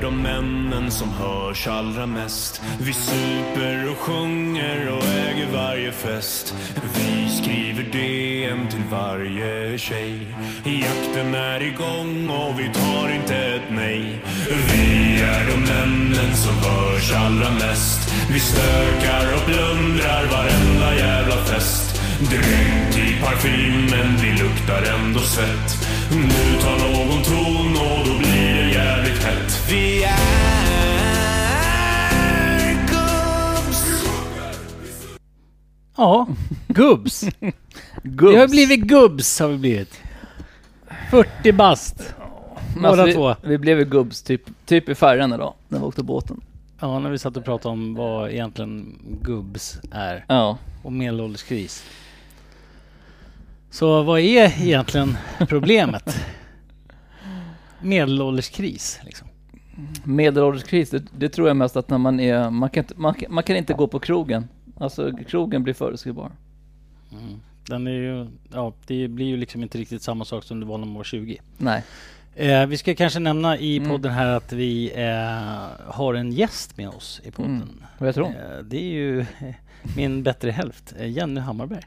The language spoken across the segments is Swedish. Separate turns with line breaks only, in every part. de männen som hörs allra mest. Vi super och sjunger och äger varje fest. Vi skriver DM till varje tjej. Jakten är igång och vi tar inte ett nej. Vi är de männen som hörs allra mest. Vi stökar och plundrar varenda jävla fest. Drygt i parfymen, vi luktar ändå svett. Nu tar någon ton och då blir det jävligt hett. Vi är gubbs.
Ja, gubbs. Vi har
Gubbs.
blivit gubbs har vi blivit. 40 bast.
Men alltså,
Båda
vi,
två.
Vi blev ju gubbs typ, typ i färjan idag, när vi åkte båten.
Ja, när vi satt och pratade om vad egentligen gubbs är.
Ja.
Och medelålderskris. Så vad är egentligen problemet? Medelålderskris liksom.
Medelålderskris, det, det tror jag mest att när man är, man kan, inte- man, kan- man kan inte gå på krogen. Alltså krogen blir förutsägbar.
Den är ju, ja, det blir ju liksom inte riktigt samma sak som det var när man var 20.
Nej.
Eh, vi ska kanske nämna i
Mm.
podden här att vi eh, har en gäst med oss i podden.
Vad jag tror.
Eh, det är ju eh, min bättre hälft, eh, Jenny Hammarberg.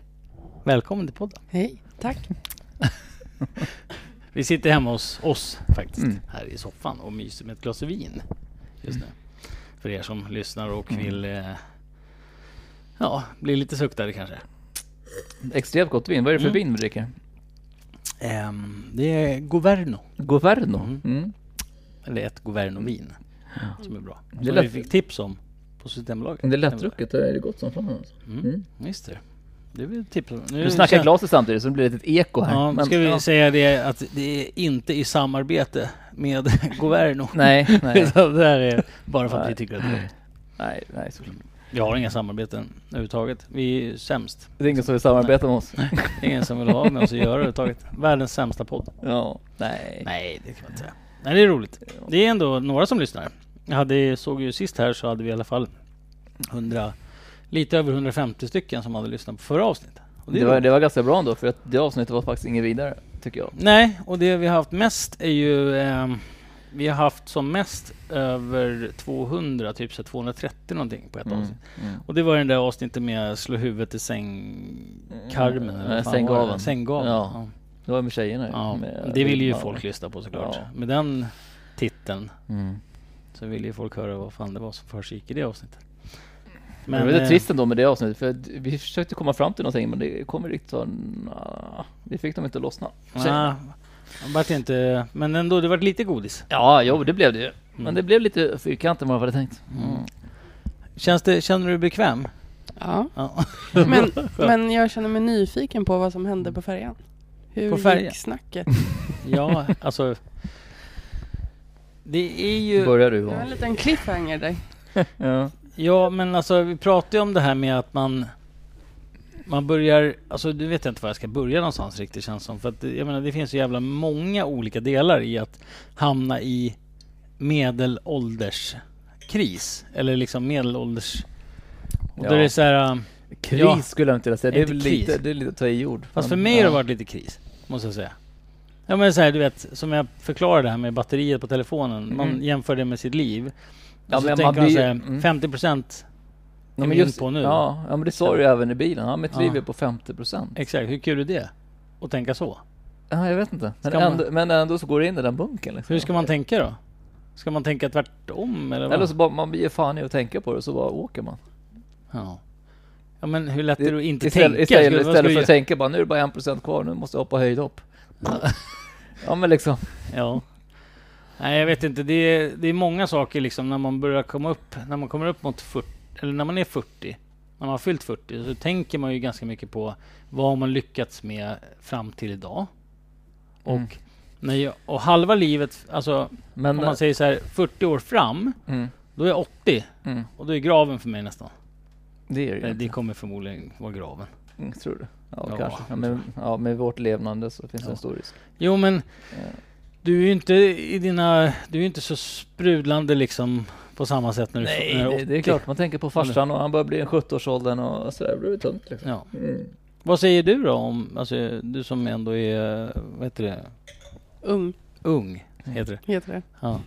Välkommen till podden.
Hej, tack.
Vi sitter hemma hos oss faktiskt,
Mm.
här i soffan och myser med ett glas vin just nu. För er som lyssnar och vill eh, ja, bli lite suktade kanske.
Extremt gott vin. Vad är det för
Mm.
vin vi dricker?
Ehm, det är Governo,
Governo.
Mm.
Mm.
eller ett Governo-vin som är bra.
Det
Som
lät-
vi fick tips om på Systembolaget.
Det är lättdrucket och är det gott som fan. Alltså.
Mm.
Mm.
Just det. Det är väl ett tips. Nu
Du snackar
känner-
glaset samtidigt så det blir ett litet eko här.
Ja,
Men-
ska vi
ja.
säga det att det är inte i samarbete med Governo.
Nej, nej,
Utan det här är bara för att
Nej.
vi tycker att det är
nej, nej såklart.
Vi har inga samarbeten överhuvudtaget. Vi är ju sämst.
Det är ingen som vill samarbeta med oss.
Det är ingen som vill ha med oss att göra överhuvudtaget. Världens sämsta podd.
Ja, nej.
Nej, det kan man inte säga. Nej, det är roligt. Det är ändå några som lyssnar. Jag hade, såg ju sist här så hade vi i alla fall 100, lite över 150 stycken som hade lyssnat på förra avsnittet. Och det är
Det, var,
roligt.
det var ganska bra ändå för att det avsnittet var faktiskt inget vidare, tycker jag.
Nej, och det vi har haft mest är ju... ehm, vi har haft som mest över 200, typ så här 230 någonting på ett avsnitt.
Mm.
Och det var den där avsnittet med slå huvudet i sängkarmen eller vad
Mm. Nej,
fan
sänggaveln.
var det? Sänggaveln. Ja.
Ja. Det var med tjejerna ju,
Ja.
med
Det vill ju
Lindman.
folk lyssna på såklart.
Ja.
Med den titeln
Mm.
så vill ju folk höra vad fan det var som försiggick i det avsnittet.
Men, det var
eh,
lite trist ändå med det avsnittet för att vi försökte komma fram till någonting men det kom ju riktigt så... nja, vi fick dem inte att lossna.
Eh, nej, det vart inte, men ändå, det vart lite godis.
Ja, jo det blev det ju.
Mm.
Men det blev lite fyrkantigt än vad jag hade tänkt. Mm.
Känns det, känner du dig bekväm?
Ja.
Ja.
Men, men jag känner mig nyfiken på vad som hände på färjan. Hur
På färjan?
gick snacket?
ja, alltså. Det är ju...
Börjar du
Det var en
Johan?
liten cliffhanger där.
Ja.
Ja, men alltså vi pratade ju om det här med att man man börjar, alltså du vet jag inte var jag ska börja någonstans riktigt känns som. För att det- jag menar det finns så jävla många olika delar i att hamna i medelålderskris. Eller liksom medelålders... Och då
Ja.
är det så här, äh,
Kris
Ja.
skulle jag inte vilja säga. Det är,
Inte
väl
kris.
lite, det är lite att ta i ord.
fast för
Men,
mig har
ja.
det varit lite kris, måste jag säga. Ja men så här, du vet, som jag förklarade det här med batteriet på telefonen. Man
Mm.
jämför det med sitt liv.
Ja,
och så
men man
tänker man
blir-
så här,
mm.
50 procent
Ja,
är vi
men just-
in på nu.
Ja, ja men det sa du ju även i bilen. Ja, mitt
Ja.
liv är på 50 procent.
Exakt, hur kul är det? Att tänka så.
Ja, jag vet inte. Men
Ska man-
ändå, men ändå så går det in i den bunken liksom.
Hur ska man tänka då? Ska man tänka tvärtom eller? vad?
Eller så bara man ger fan i att tänka på det så bara åker man.
ja. ja men hur lätt är det att inte
istället,
tänka?
Istället,
Skulle- vad
istället för
skulle
att tänka bara nu är det bara en procent kvar, nu måste jag hoppa höjdhopp. ja men liksom.
jag- Ja. Nej jag vet inte, det är, det är många saker liksom när man börjar komma upp, när man kommer upp mot 40, eller när man är 40, när man har fyllt 40 så tänker man ju ganska mycket på vad har man lyckats med fram till idag? Och,
Mm.
när jag, och halva livet, alltså
Men, eh,
om man säger så här 40 år fram,
mm,
då är jag 80
mm,
och då är graven för mig nästan.
det är det
Nej,
ju.
det kommer förmodligen vara graven.
Mm, tror du? Ja,
Ja.
kanske. Ja, men, ja, med vårt levnande så finns det
Ja.
en stor risk.
Jo men
Ja.
du är ju inte i dina, du är ju inte så sprudlande liksom på samma sätt när du när du
det, det är
80.
klart. Man tänker på farsan och han börjar bli en 70-årsåldern och sådär. Det blir tungt liksom.
Ja.
Mm.
Vad säger du då om, alltså du som ändå är, vad heter det,
Ung
ung heter det.
heter det.
Ja.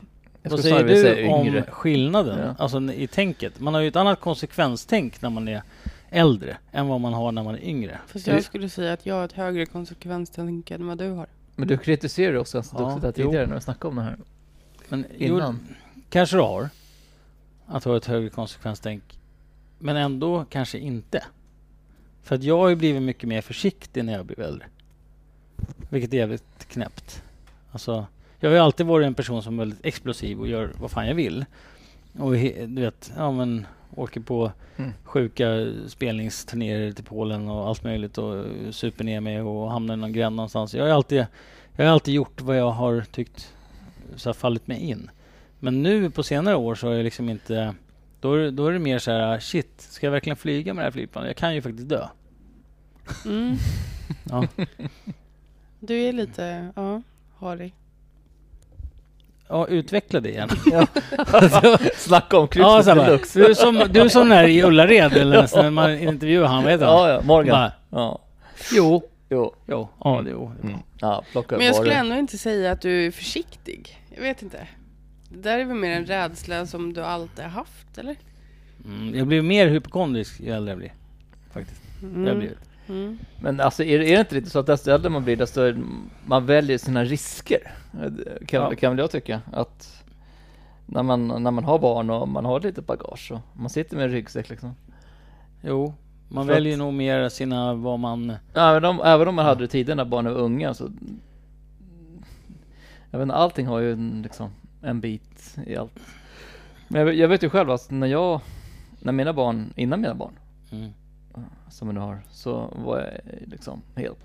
Jag
Vad
skulle
säger
snarare
du
vilja säga
om
yngre.
skillnaden
Ja.
alltså, n- i tänket? Man har ju ett annat konsekvenstänk när man är äldre än vad man har när man är yngre.
Fast
Det-
jag skulle säga att jag har ett högre konsekvenstänk än vad du har.
Men du kritiserar ju också ganska
Ja,
duktigt här
jo.
tidigare när vi snackade om det här
Men jo,
innan.
kanske du har att ha ett högre konsekvenstänk, men ändå kanske inte. För att jag har ju blivit mycket mer försiktig när jag blev äldre. Vilket är jävligt knäppt. Alltså, jag har ju alltid varit en person som är väldigt explosiv och gör vad fan jag vill. Och he- du vet, ja men åker på
Mm.
sjuka spelningsturnéer till Polen och allt möjligt och eh, super ner mig och hamnar i någon gränd någonstans. Jag har ju alltid, jag har alltid gjort vad jag har tyckt så har fallit mig in. Men nu på senare år så har jag liksom inte... Då är, det- då är det mer så här, shit, ska jag verkligen flyga med det här flygplanet? Jag kan ju faktiskt dö.
Mm.
Ja.
Du är lite, ja, harig.
Ja, utveckla det igen.
Snacka om
ja,
krypset
så här bara,
deluxe.
du är som, du är som när i Ullared eller nästan när man intervjuar han, vad heter han?
Ja, ja, Morgan.
Bara,
Ja.
Jo,
Jo.
jo, ja, det, jo.
Mm. Ja, plocka
Men jag
varor.
skulle ändå inte säga att du är försiktig. Jag vet inte. Det där är väl mer en rädsla som du alltid har haft, eller?
Mm, jag blir mer hypokondrisk ju äldre jag blir. Det har jag blivit.
Mm.
Men alltså är, är det inte lite så att desto äldre man blir desto är- man väljer sina risker? Eh, Kan,
Ja.
kan väl jag tycka att när man, när man har barn och man har lite bagage och man sitter med en ryggsäck liksom.
Jo, man
För att-
väljer nog mer sina, vad man...
Även om, även om man hade det tidigare när barnen var unga så jag vet inte, allting har ju en, liksom, en bit i allt. Men jag, vet- jag vet ju själv att när jag, när mina barn, innan mina barn
Mm.
som jag nu har, så var jag liksom helt,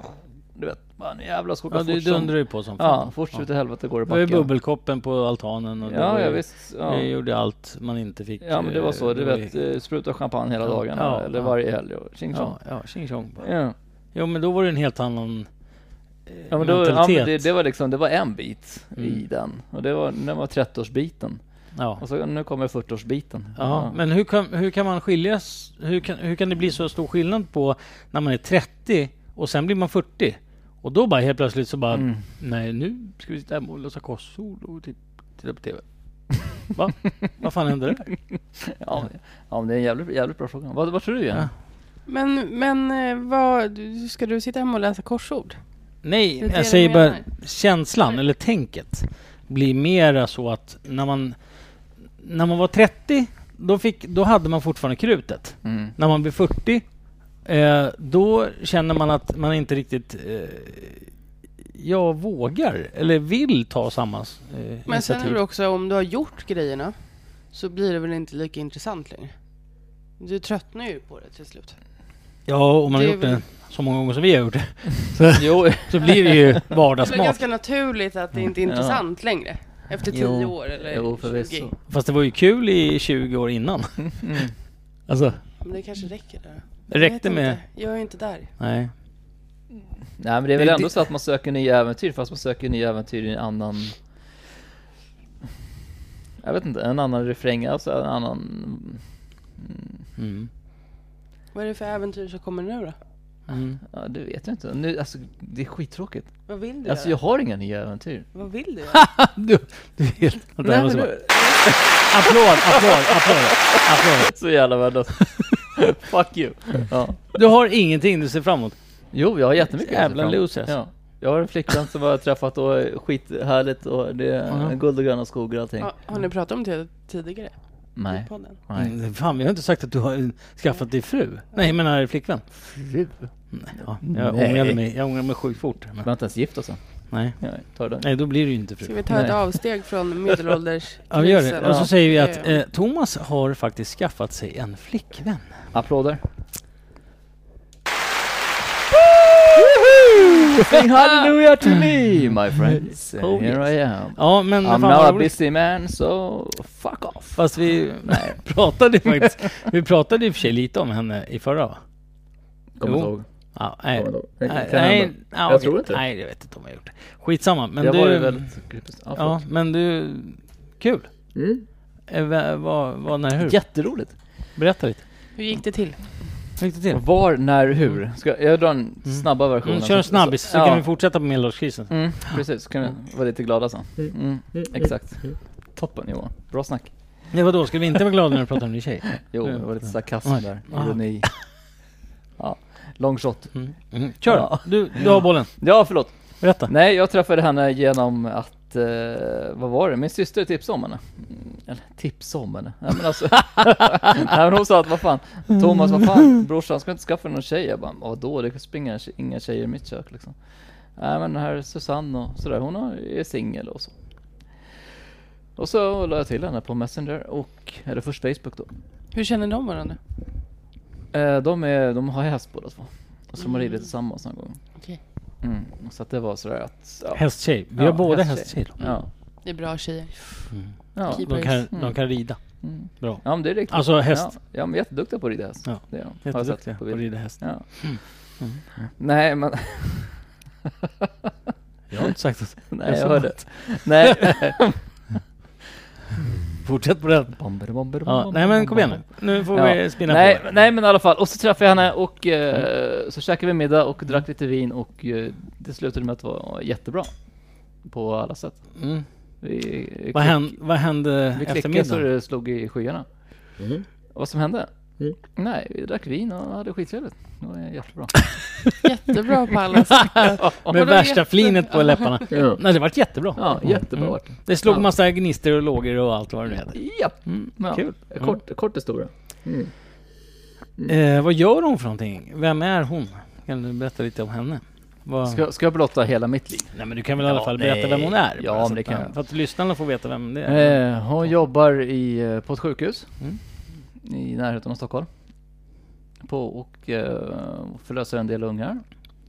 du vet, bara nu jävlar ska åka
Ja, du
fort som-
dundrar ju på som
Ja,
fan.
fort så ut i helvete går det
Det var ju
backen.
bubbelkoppen på altanen och det var
Ja,
ju-
ja visst. Ja.
Jag gjorde allt man inte fick.
ja, men det var så.
eh,
Du
det var
vet,
ju-
eh, spruta champagne hela
Ja,
dagarna
ja,
eller
ja.
varje helg och tjing tjong.
Ja, ja, tjing tjong. bara.
Ja.
Liksom. Jo, men då var det en helt annan eh,
Ja, men då, ja,
mentalitet.
men det, det var liksom, det var en bit i
Mm.
den och det var, den var 30-årsbiten
Ja.
och så nu kommer 40-årsbiten.
Ja, men hur kan, hur kan man skiljas? Hur kan, hur kan det bli så stor skillnad på när man är 30 och sen blir man 40? Och då bara helt plötsligt så bara,
Mm.
nej nu ska vi sitta hemma och lösa korsord och typ titta på TV. Va? Vad fan hände där?
Ja, ja, men det är en jävligt, jävligt bra fråga. Vad, vad tror du igen?
Ja.
Men, men eh, vad, du- ska du sitta hemma och läsa korsord?
Nej,
Det är det
jag
du
säger bara
menar.
känslan eller tänket blir mera så att när man, när man var 30, då, fick, då hade man fortfarande krutet.
Mm.
när man blir 40, eh, då känner man att man inte riktigt eh, jag vågar eller vill ta samma eh,
Men sen är
initiativ.
det också, om du har gjort grejerna så blir det väl inte lika intressant längre? Du tröttnar ju på det till slut.
Ja, om man har
det är
gjort
väl-
det så många gånger som vi har gjort det,
Jo,
så blir det ju
Det är väl
vardagsmat.
ganska naturligt att det inte är
Ja.
intressant längre. Efter
Mm. Jo.
tio år eller
jo förvisso.
20.
Fast det var ju kul i 20 år innan.
Mm.
Alltså,
Men det kanske räcker där.
det
Jag vet
räckte med...
Inte. Jag är inte där.
Nej.
Nej men det är väl
Det-
ändå
det-
så att man söker nya äventyr fast man söker nya äventyr i en annan Jag vet inte, en annan refräng, alltså en annan Mm,
Mm.
Vad är det för äventyr som kommer nu då?
Mm.
Ja det vet jag inte, nu, alltså det är skittråkigt
Vad vill du
Alltså jag
göra?
har inga nya äventyr
Vad vill du göra?
Du, du är helt... Vänta,
Nej,
jag
men
måste bara...
du,
Applåd, applåd, applåd, applåd.
Så jävla värdelös Fuck you ja.
Du har ingenting du ser fram emot.
Jo jag har jättemycket jag ser
Jävla
fram emot.
losers.
ja. Jag har en flickvän som jag har träffat och är skithärligt och det är
Ja.
guld och gröna skogar och allting
Ja, har ni pratat om det tidigare
Nej,
i podden?
nej
Mm, Fan, vi har inte sagt att du har eh, skaffat dig fru. Nej, jag menar flickvän.
Fru?
Ja, jag,
Nej.
Ångrade mig, jag ångrar mig sjukt fort.
Vi
Men,
har inte ens gift oss än
nej.
Nej, ta den
nej, då blir det ju inte
Ska
fru.
vi ta ett
Nej.
avsteg från medelålders
Ja, vi gör det. Och så
Ja.
säger vi att
Ja, ja.
eh, Thomas har faktiskt skaffat sig en flickvän.
Applåder. Sing hallelujah to me my friends.
Oh,
Here I am.
Ja, men
I'm
fan
not a
vad roligt.
busy man so fuck off.
Fast vi pratade faktiskt, vi pratade i och för sig lite om henne i förra va?
Kommer inte
Jo.
ihåg.
Ja, nej.
Kommer inte ihåg.
Nej,
Kan
nej,
hända.
ja,
Jag
okej.
tror inte det.
Nej, jag vet inte om jag gjort det. Skitsamma, men
Jag
du...
var ju väldigt kryptisk. Ja,
ja,
förlåt.
men du... Kul.
Mm.
Eh, va- Vad, vad, när, hur?
Jätteroligt.
Berätta lite.
Hur gick det till?
Hur gick det till?
Var, när, hur? Ska jag, jag drar en
Mm.
snabba version.
Mm, kör en
Så-
snabbis, så
ja.
kan vi fortsätta på medelålderskrisen.
Mm, precis, så kan vi vara lite glada sen. Mm, exakt. Toppen Johan. Bra snack.
Nej vadå, skulle vi inte vara glada när du pratar om din tjej?
Jo, det var lite sarkasm där. Ironi. Ja, long shot.
Mm. Mm. Kör!
Ja.
Du, du har bollen.
Ja, förlåt.
Berätta.
Nej, jag träffade henne genom att, eh, vad var det? Min syster tipsade om henne. Mm, Eller tipsade om henne? Nej men alltså. Nej men hon sa att vad fan, Thomas vad fan, brorsan ska du inte skaffa någon tjej? Jag bara, vadå? Det springer inga tjejer i mitt kök liksom. Nej men den här Susanne och sådär, hon har- är singel och så. Och så la jag till henne på Messenger och, eller först Facebook då.
Hur känner de varandra?
Eh, de, är, de har häst båda två. Och så de har ridit tillsammans någon gång.
Okej.
Mm. Så att det var sådär att... Ja.
Hästtjej. Vi
Ja,
har båda
hästtjej.
hästtjej. då.
Ja.
Det är bra tjejer.
Ja.
Keep-
De kan,
Mm.
de kan rida.
Mm.
Bra.
ja, men det är riktigt.
Alltså häst.
Ja, ja men jätteduktiga på att rida häst.
Ja.
Det är de. Har jag sett
Jätteduktiga på att
bild.
rida häst. Mm.
Ja. Mm. Nej, men...
Jag har inte sagt att...
Nej,
Jag
jag
såg
hörde. Nej.
Fortsätt på den.
bomber, bomber,
Ja, nej men kom igen nu. Nu får
Ja.
vi spinna
Nej,
på. Mm.
men- nej men i alla fall, och så träffade jag henne och eh, så käkade vi middag och drack lite vin och eh, det slutade med att det var jättebra. På alla sätt.
Mm.
Vi, eh,
Vad hände, vad hände
vi
efter
klickade så
middagen?
det slog i skyarna. Vad som hände? Nej, vi drack vin och hade skittrevligt. Det var jättebra.
Jättebra på alla sätt.
Med
Vadå
värsta
jätte-
flinet på läpparna. Nej, det vart jättebra.
Ja, jättebra vart det.
Det slog
Ja.
massa gnistor och lågor och allt vad det nu heter.
Ja, ja.
Mm. kul. Mm.
Kort, kort det stora.
Eh, vad gör hon för någonting? Vem är hon? Kan du berätta lite om henne? Vad...
Ska, ska jag blotta hela mitt liv?
Nej men du kan väl i alla
Ja,
fall berätta
nej.
vem hon är?
Ja,
bara
men
så
det
att-
kan jag.
För att lyssnarna får veta vem det är.
Eh, hon jobbar i, eh, på ett sjukhus
Mm.
i närheten av Stockholm. På och eh, förlöser en del ungar.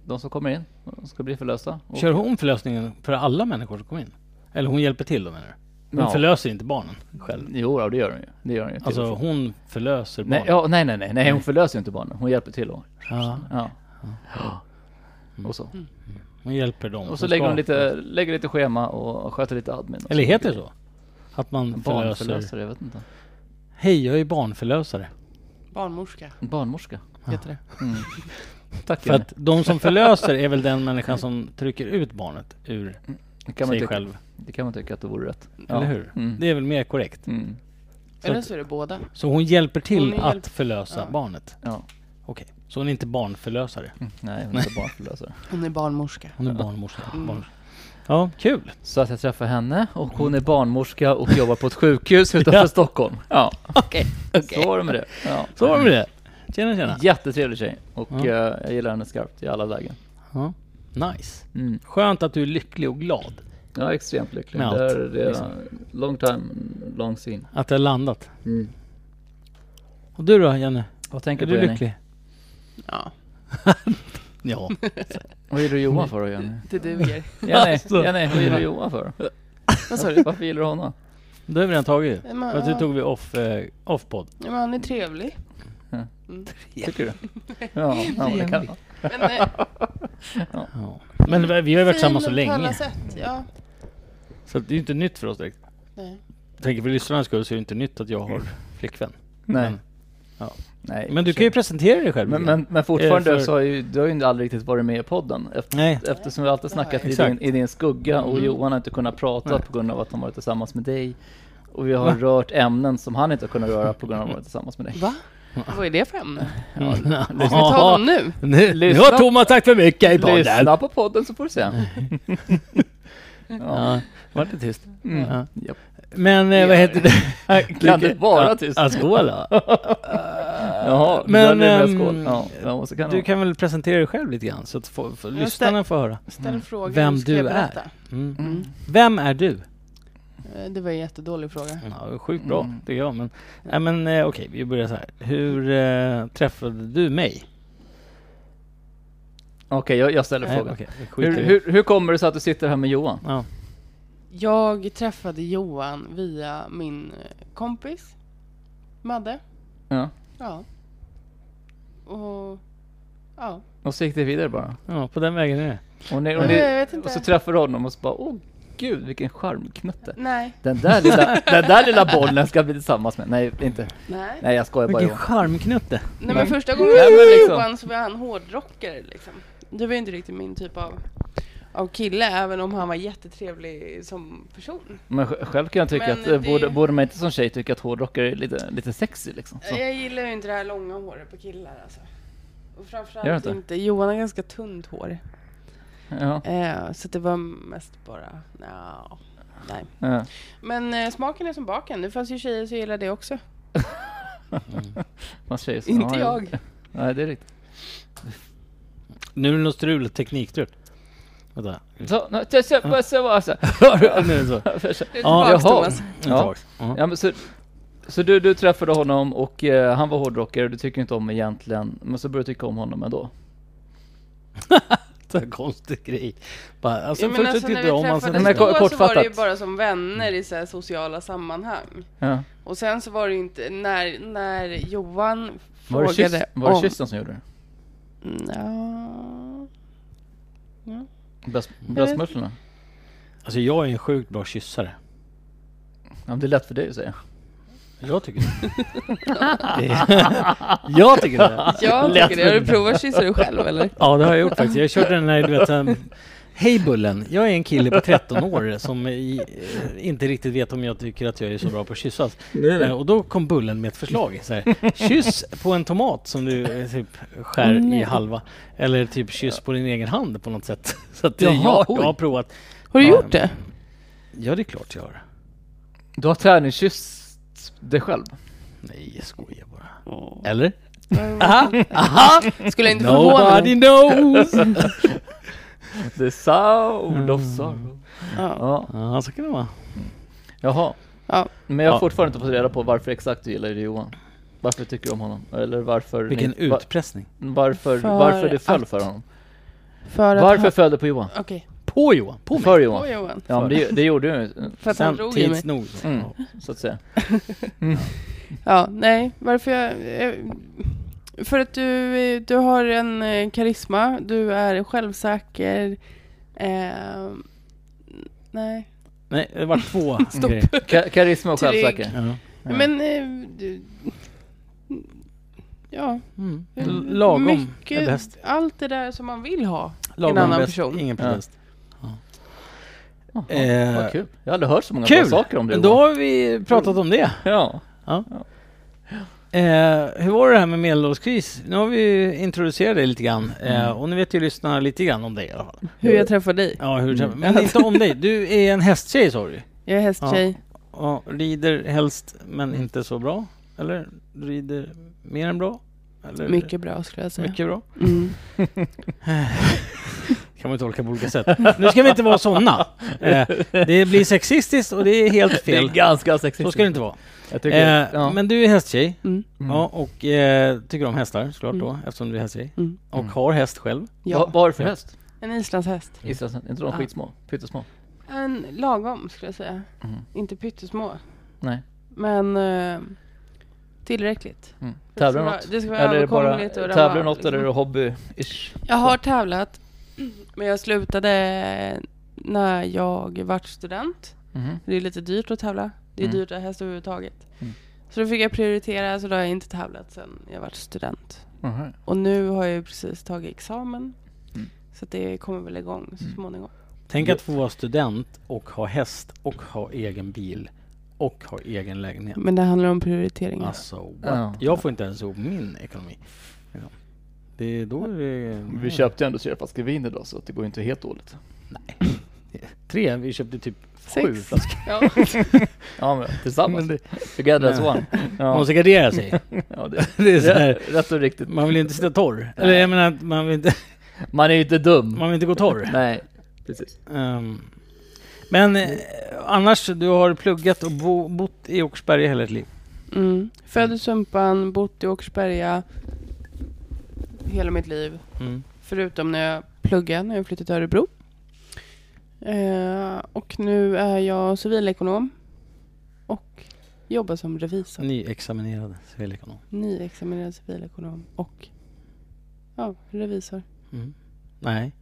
De som kommer in de ska bli förlösta. Och,
Kör hon förlösningen för alla människor som kommer in? Eller hon hjälper till då menar du? Hon
Ja.
förlöser inte barnen själv?
Jo, ja, det gör hon ju. Det gör hon ju. till och
Alltså
från.
hon förlöser barnen?
nej, ja, nej, nej, nej, nej, hon förlöser ju inte barnen. Hon hjälper till. Hon.
Ja,
Ja. Ja. Och så,
Mm. hon hjälper dem.
och så
som
lägger
ska
hon lite, lägger lite schema och sköter lite admin.
Eller heter det så? Att man förlöser?
Barnförlösare, jag vet inte.
Hej, jag är barnförlösare.
Barnmorska
Barnmorska.
heter det.
Tack
För att de som förlöser är väl den människan som trycker ut barnet ur
det kan, man
sig
tycka,
själv.
det kan man tycka att det vore rätt.
Eller hur?
Mm.
Det är väl mer korrekt.
Mm.
Så
Eller
att-
så är det båda.
Så hon hjälper till
Hon är
att
hjälp-
förlösa
ja.
barnet?
Ja. Mm.
Okej, så hon är inte barnförlösare?
Nej, hon är inte barnförlösare.
Hon är barnmorska.
Hon är barnmorska.
Mm.
Barnmorska. Ja, kul.
Så att jag träffar henne och hon är barnmorska och jobbar på ett sjukhus utanför
Ja.
Stockholm. Ja,
Okej.
så var det med det. Ja.
Så var det med det. Tjena, tjena.
Jättetrevlig tjej och
Ja.
eh, jag gillar henne skarpt i alla lägen.
Ja. Nice.
Mm.
Skönt att du är lycklig och glad.
Jag är extremt lycklig.
Med allt,
Det är, det är
liksom.
long time, long scene.
Att det har landat. Och du då, Jenny?
Vad tänker
Är
du
du
Jenny?
lycklig?
Ja,
Ja.
Vad gillar du Johan för då Jenny?
det duger.
Jenny,
Alltså.
Jenny vad gillar du Johan för?
Vad sa du?
Varför gillar du honom?
Då har vi redan tagit.
Nej, men-
För att nu tog vi off, eh, off podd.
Ja, men han är trevlig.
Tycker du? Ja, ja, men det kan,
Men, eh,
Ja. Men vi vi har ju varit tillsammans så
fin På alla
länge.
sätt. Ja.
Så att det är ju inte nytt för oss direkt.
Nej.
Tänker för lyssnarnas skull så är det inte nytt att jag har flickvän.
nej.
Ja.
nej.
Men du kan ju presentera dig själv.
Men,
igen.
men, men fortfarande
Eh, för-
så har ju, du har ju aldrig riktigt varit med i podden. Efter,
Nej.
Eftersom vi alltid snackat i
Exakt. Mm.
din, i din skugga och Johan har inte kunnat prata på grund av att han varit tillsammans med dig. Och vi har rört ämnen som han inte har kunnat röra på grund av att han varit tillsammans med dig.
Va? Vad är det för ämne?
Mm.
Ska vi ta dem nu?
Nu, nu
Lyssna-
har Thomas sagt för mycket i podden.
Lyssna på podden så får du se.
Ja, var det tyst? Ja.
Mm. Japp.
Men eh, vad heter det?
Kan det vara tyst?
Ja, skål då.
Jaha,
Men,
men... Med
ehm,
skål. Ja, ja, så kan
Du
du kan...
kan väl presentera dig själv lite grann så att få, få,
Jag
lyssnarna får höra.
Ställ frågan.
Mm. Vem
nu ska
du
jag
är.
berätta.
Mm.
Mm.
Vem är du?
Eh, Det var en jättedålig fråga.
Ja, sjukt bra
Mm.
tycker jag. Men, nej, men eh, okej, vi börjar så här. Hur eh, träffade du mig?
Okej, jag, jag ställer
Nej,
frågan.
okej, vi skiter
Hur,
i det.
hur, hur kommer det sig att du sitter här med Johan?
Ja.
Jag träffade Johan via min eh, kompis Madde.
Ja.
Ja. Och... Ja.
Och så gick det vidare bara.
ja, på den vägen är det.
Och, ni, och,
Nej, jag
ni,
vet inte.
och så träffar du honom och så bara, åh gud vilken charmknutte.
Nej.
Den där lilla, den där lilla bollen ska bli tillsammans med. Nej, inte.
Nej.
Nej, jag skojar bara
Vilken
Johan.
charmknutte.
Nej men första gången
Nej,
jag
men liksom.
träffade Johan så var han hårdrockare liksom. Det var ju inte riktigt min typ av, av kille även om han var jättetrevlig som person.
Men sj- själv kan jag tycka
Men
att, eh,
det-
borde, borde man inte som tjej tycka att hårdrockare är lite, lite sexy liksom? Så.
Jag gillar ju inte det här långa håret på killar alltså. Och
Gör du
framförallt
inte?
inte. inte, Johan har ganska tunt hår.
Ja,
Eh, så det var mest bara, ja. Nej.
ja.
Men eh, smaken är som baken, det fanns ju tjejer som gillade det också.
Man tjejer så- ja,
Inte jag.
Nej, det är riktigt.
Nu är det något strul, teknikstrul. Vänta.
Så, nu, tja, tja, bara så, bara så.
Nu är det så.
Du är
Ja,
tillbaks,
jaha.
Thomas.
Ja.
Ja.
Ja, men så, så du, du träffade honom och eh, han var hårdrockare och du tycker inte om egentligen, men så började du tycka om honom ändå.
Så här konstig grej. Bara, alltså,
Ja, men
först
alltså,
så
när
tyckte
vi
jag om han, sen
träffades
Men
då
tyckte
ko-
så var det ju
kortfattat.
bara som vänner i så här sociala sammanhang.
Ja.
Och sen så var det ju inte, när, när Johan
Var det, kyss,
frågade
var det
om...
kyssen som gjorde det?
Nja. Ja.
Bröst- Bröstmusklerna?
jag- alltså jag är en sjukt bra kyssare.
Ja, men det är lätt för dig att säga.
Jag tycker det. jag tycker det.
Jag
Lätt
tycker det. Har du
med-
provat att kyssa dig själv eller?
Ja, det har jag gjort faktiskt. Jag körde den här, du vet, så här, Hej Bullen, jag är en kille på 13 år som i, eh, inte riktigt vet om jag tycker att jag är så bra på att kyssas. Eh, Och då kom Bullen med ett förslag. Så här, kyss på en tomat som du eh, typ skär i halva. Eller typ kyss på din egen hand på något sätt. Så att det är
Jaha,
jag, jag har
oj.
provat.
Har du
Ja.
gjort det?
Ja, det är klart jag har.
Du har träningskysst dig själv?
Nej, jag skojar bara. Eller?
Skulle jag inte förvåna
Nobody
mig.
knows!
The
Mm.
sound of sorrow.
Ja.
Ja,
Ja, så kan det vara.
jaha.
Ja.
Men jag har
Ja.
fortfarande inte fått reda på varför exakt du gillar Johan. Varför tycker du om honom? Eller varför...
Vilken
ni, va-
utpressning.
varför,
För
varför det föll
att-
för honom?
För att
Varför
han-
föll det på Johan?
Okej.
På Johan! På mig!
För
Åh
Johan?
Johan.
Ja, men det, det gjorde du ju,
För att
Sen
han drog i mig.
tids nog. så-
Mm. så att säga.
Ja, nej. Varför jag... eh, För att du, eh, du har en eh, karisma. Du är självsäker. Eh, nej.
Nej, det var två
Stopp.
grejer.
Ka- karisma och
Trygg.
självsäker.
Ja.
Ja.
Men... eh, du- Ja.
Mm. L- Lagom är
mycket,
bäst.
Allt det där som man vill ha.
Lagom
en annan
är bäst.
person.
Ingen
Ja.
protest.
Jaha,
Eh,
Vad kul. Jag har aldrig hört så många bra
Kul!
saker om dig
Då
Johan.
har vi pratat om det.
Ja.
Eh, hur var det här med medelålderskris? Nu har vi ju introducerat dig lite grann. Eh, och nu vet ju lyssnarna lite grann om dig i alla fall.
Hur jag träffar dig.
Ja, hur Men inte om dig. Du är en hästtjej sa du
Jag är hästtjej.
Ja, rider helst men inte så bra. Eller rider mer än bra. Eller
Mycket bra skulle jag säga.
mycket bra.
Mm.
kan man tolka på olika sätt. Nu ska vi inte vara sådana. Eh, det blir sexistiskt och det är helt
Det är
fel.
ganska sexistiskt.
Så ska det inte vara.
Jag tycker,
Eh,
ja.
Men du är hästtjej.
Mm.
Ja, och eh, tycker om hästar såklart då, eftersom du är hästtjej.
Mm.
Och har häst själv.
Vad-
Ja.
Vad har du för häst?
En islandshäst.
Islandshäst? Är inte de
Ja.
skitsmå? Pyttesmå?
En lagom skulle jag säga.
Mm.
Inte pyttesmå.
Nej.
Men eh, tillräckligt.
Mm.
För
Tävlar du
det
något?
ska vara- Det ska vara
Eller är det bara,
överkomligt och
tävlar du
rabatt,
något eller är
liksom.
det hobby-ish?
Jag har tävlat. Men jag slutade när jag vart student.
Mhm.
Det är lite dyrt att tävla. Det är
Mm.
dyrt att häst överhuvudtaget.
Mm.
Så då fick jag prioritera så då har jag inte tävlat sedan jag vart student.
Mhm.
Och nu har jag ju precis tagit examen.
Mm.
Så att det kommer väl igång så småningom.
Tänk att få vara student och ha häst och ha egen bil och ha egen lägenhet.
Men det handlar om prioriteringar.
Alltså, what?
Ja.
Jag får inte ens ihop min ekonomi. Ja. Det är då är det...
Vi köpte ju ändå fyra flaskor vin idag så att det går ju inte helt dåligt.
Tre, vi köpte typ sju
Sex.
flaskor.
Ja.
Ja men tillsammans. Together as
Nej.
one.
Man
Ja,
måste gardera sig.
ja det,
Det är så här.
rätt, rätt och riktigt.
Man vill ju inte sitta torr. Eller jag menar, att man vill inte,
Man är ju inte dum.
man vill inte gå torr.
Nej, precis.
Ehm, men eh, annars, du har pluggat och bo, bott i Åkersberga hela ditt liv.
Mm. Född i Sumpan, bott i Åkersberga hela mitt liv.
Mm.
Förutom när jag pluggade, när jag flyttade till Örebro. Eh, och nu är jag civilekonom och jobbar som revisor.
Nyexaminerad civilekonom.
Nyexaminerad civilekonom och ja, revisor.
Mm. Nej,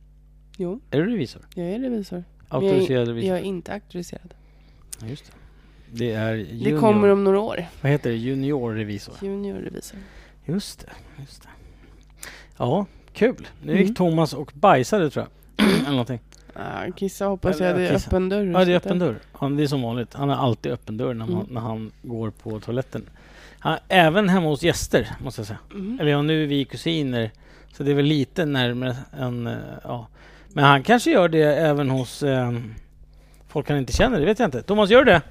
Jo,
är du revisor?
jag är revisor.
Auktoriserad revisor?
Jag är inte auktoriserad.
Ja, just det. Det är junior,
Det kommer om några år.
vad heter det? Juniorrevisor.
Juniorrevisor.
Just det, just det. Ja, kul. Nu
Mm.
gick Thomas och bajsade tror jag. Eller någonting.
Ja, Ah, kissa hoppas
Eller
jag. Det är
kissa.
öppen dörr.
Ja, det är
så att
öppen dörr. Han, det är som vanligt. Han har alltid öppen dörr när, man,
Mm.
när han går på toaletten. Han, även hemma hos gäster, måste jag säga.
Mm.
Eller ja, nu är vi kusiner. Så det är väl lite närmare än... eh, Ja. Men han kanske gör det även hos eh, folk han inte känner. Det vet jag inte. Thomas, gör du det?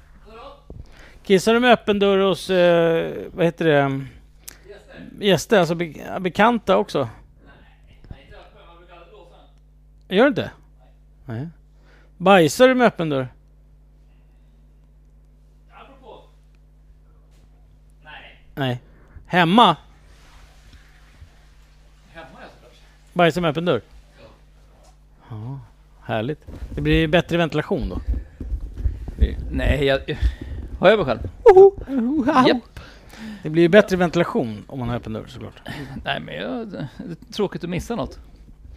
Kissar du med öppen dörr hos... Eh, vad heter det? Gäster, alltså be bekanta också? Gör du inte? Nej. Bajsar du med öppen dörr? Nej. Hemma? Bajsar med öppen dörr? Ja. Härligt. Det blir bättre ventilation då.
Nej, jag... Har jag mig själv? Japp.
Det blir ju bättre ventilation om man har öppen dörr såklart.
Nej men jag... det är Tråkigt att missa något.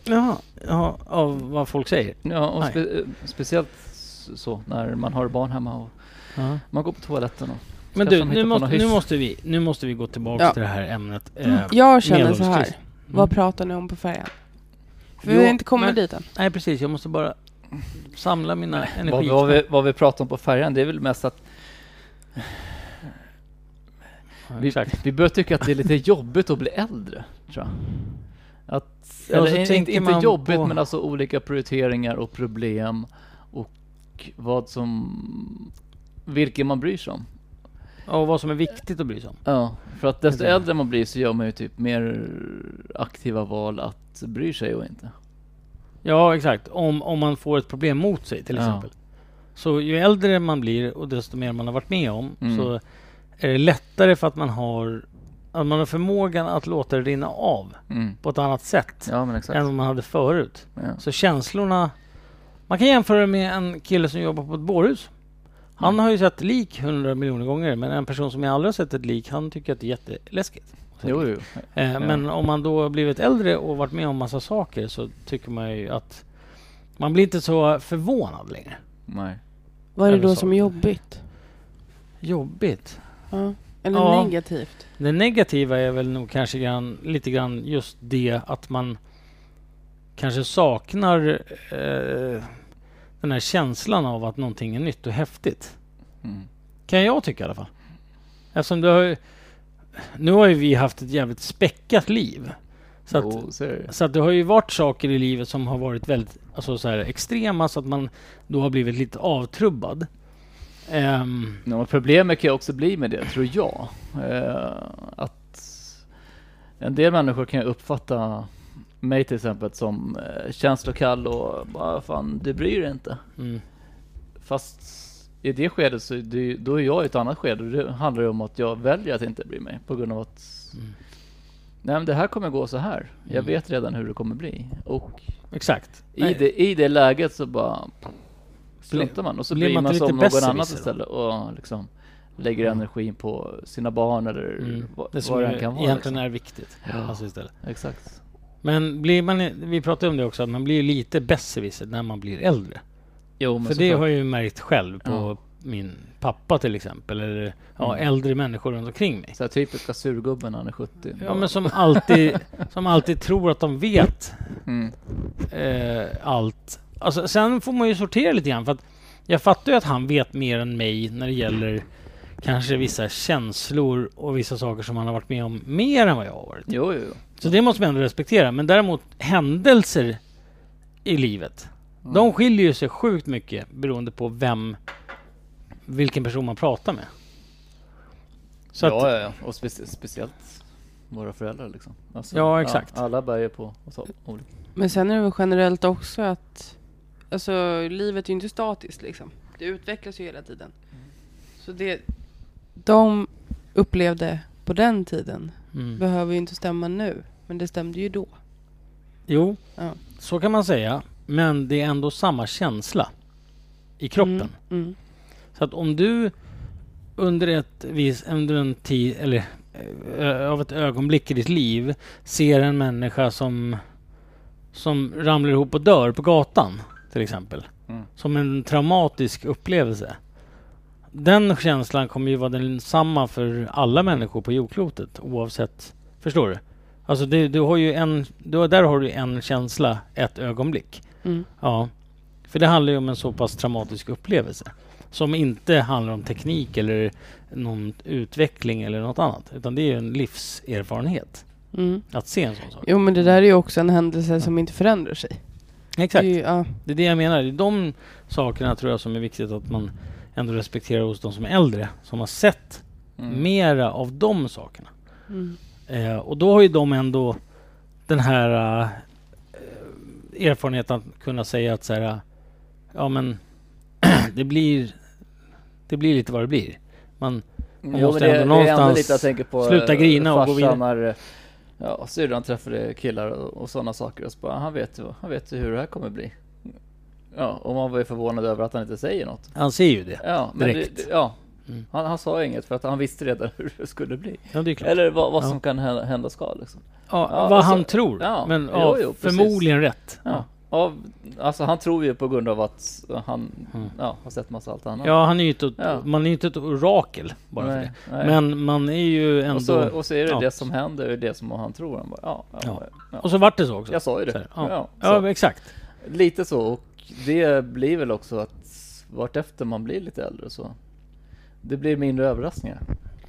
Jaha, ja, av vad folk säger.
Ja, och
Nej.
spe, eh, speciellt s- så när man har barn hemma och man går på toiletten och... ska
Men du,
de
nu
hitta på
måste,
någon
nu,
hyss?
måste vi, nu måste vi gå tillbaka
Ja.
till det här ämnet. eh,
Jag känner så här.
medelålderskris.
Vad pratar ni om på färjan? För vi
Mm. Jo,
har inte kommit
men-
dit än.
Nej precis, jag måste bara samla mina
Vad,
energi.
vad, vi, vad vi pratar om på färjan, det är väl mest att
Ja,
vi,
Exakt.
vi börjar tycka att det är lite jobbigt att bli äldre, tror jag. Att,
Ja, så
eller inte,
tänker
inte
man
jobbigt,
på-
men alltså olika prioriteringar och problem och vad som... Vilken man bryr sig om.
Och vad som är viktigt att bry sig om.
Ja, för att desto
Det-
äldre man blir så gör man ju typ mer aktiva val att bry sig och inte.
Ja exakt, om, om man får ett problem mot sig till
Ja.
exempel. Så ju äldre man blir och desto mer man har varit med om
Mm.
så är det lättare för att man har att man har förmågan att låta det rinna av
Mm.
på ett annat sätt
Ja, men
än
exakt.
vad man hade förut.
Ja.
Så känslorna... Man kan jämföra det med en kille som jobbar på ett bårhus. Han
Mm.
har ju sett lik hundra miljoner gånger men en person som aldrig har sett ett lik han tycker att det är jätteläskigt.
Jo, jo.
Eh, Men om man då har blivit äldre och varit med om massa saker så tycker man ju att man blir inte så förvånad längre.
Nej.
Vad är det
Eller
då
så.
som är jobbigt?
Jobbigt.
Ja. Eller
Ja.
negativt?
Det negativa är väl nog kanske grann, lite grann just det att man kanske saknar eh, den här känslan av att någonting är nytt och häftigt.
Mm.
Kan jag tycka i alla fall. Eftersom du har ju, Nu har ju vi haft ett jävligt späckat liv. Så att,
Jo, så är det ju.
så att det har ju varit saker i livet som har varit väldigt alltså så här, extrema så att man då har blivit lite avtrubbad. Ehm,
Ja, men problemet kan ju också bli med det, tror jag. Eh, att en del människor kan ju uppfatta mig till exempel som eh, känslokall och bara fan, du bryr dig inte.
mm.
Fast i det skedet så är det, då är jag i ett annat skede och det handlar ju om att jag väljer att inte bry mig på grund av att
Mm.
Nej men det här kommer gå så här. Jag
Mm.
vet redan hur det kommer bli. Och
Exakt. Eh,
i
Nej,
det, i det läget så bara struntar man och så
blir
blir
man
man
inte lite
som någon
besserwisser
annan
då?
istället och liksom lägger
Mm.
energin på sina barn eller
Mm.
vad
det
det,
som
vad det
ju
än kan
egentligen
vara. Liksom.
är viktigt.
Ja.
Alltså istället.
Exakt.
Men blir man, vi pratade om det också, att man blir lite besserwisser när man blir äldre.
Jo, men
För
så
det
klart.
har jag ju märkt själv på
Ja.
min pappa till exempel. Eller ja,
Mm.
äldre människor runt omkring mig.
Så här typiska surgubben när han är 70.
Ja, men som alltid, som alltid tror att de vet
mm.
eh, allt. Alltså, sen får man ju sortera lite grann för att jag fattar ju att han vet mer än mig när det gäller kanske vissa känslor och vissa saker som han har varit med om mer än vad jag har varit.
Jo, jo, jo.
Så det måste man ändå respektera. Men däremot händelser i livet,
Mm.
de skiljer ju sig sjukt mycket beroende på vem, vilken person man pratar med. Så att,
ja, ja, ja. Och speci- speciellt våra föräldrar liksom. Alltså,
Ja, exakt.
alla bär ju på och så, olika.
Men sen är det väl generellt också att alltså, livet är ju inte statiskt liksom. Det utvecklas ju hela tiden. Så det de upplevde på den tiden
mm.
behöver ju inte stämma nu. Men det stämde ju då.
Jo,
Ja.
så kan man säga. Men det är ändå samma känsla i kroppen.
Mm, mm.
Så att om du under ett vis, under en tid, eller eh, av ett ögonblick i ditt liv ser en människa som, som ramlar ihop och dör på gatan till exempel.
Mm.
Som en traumatisk upplevelse. Den känslan kommer ju vara densamma för alla människor på jordklotet oavsett, förstår du? Alltså det, du har ju en, du, har- där har du en känsla, ett ögonblick.
Mm.
Ja. För det handlar ju om en så pass traumatisk upplevelse. Som inte handlar om teknik eller någon utveckling eller något annat. Utan det är ju en livserfarenhet
Mm.
att se en sån sak.
Jo men det där är ju också en händelse som inte förändrar sig. Det är
Exakt.
ju, ja.
Det är det jag menar. Det är de sakerna tror jag som är viktigt att man ändå respekterar hos de som är äldre. Som har sett
Mm.
mera av de sakerna.
mm.
Eh, och då har ju de ändå den här eh, erfarenheten att kunna säga att så här, eh, ja men det blir det blir lite vad det blir. Man, Man
Mm. Jo,
måste
men det,
ändå
det är ändå
någonstans
lite jag tänker på
sluta
eh,
grina och gå
farsan
vidare.
När, eh, ja, syrran träffade killar och, och sådana saker och så bara, han vet, ju- han vet ju hur det här kommer bli. Ja, och man var ju förvånad över att han inte säger något.
han ser ju det.
Ja, men det,
Direkt.
det, ja.
Mm.
Han, han sa inget för att han visste redan hur det skulle bli.
Ja, det är klart.
Eller vad, vad
Ja.
som kan hända, hända ska liksom.
ja,
ja,
vad
alltså-
han tror.
ja,
men
jo,
ja,
jo, precis.
förmodligen rätt.
Ja. Av, alltså han tror ju på grund av att han
Mm.
ja, har sett massa allt annat.
Ja, han är ju inte ett,
Ja.
man är ju inte ett orakel bara
Nej,
för det.
nej.
Men man är ju ändå...
och, så, och så är det
ja.
det som händer, och det som han tror. Han bara, ja, ja,
Ja.
ja.
och så vart det så också.
Jag sa ju
Så
det.
här, ja.
Ja, så.
ja, exakt.
Lite så, och det blir väl också att vartefter man blir lite äldre så det blir mindre överraskningar.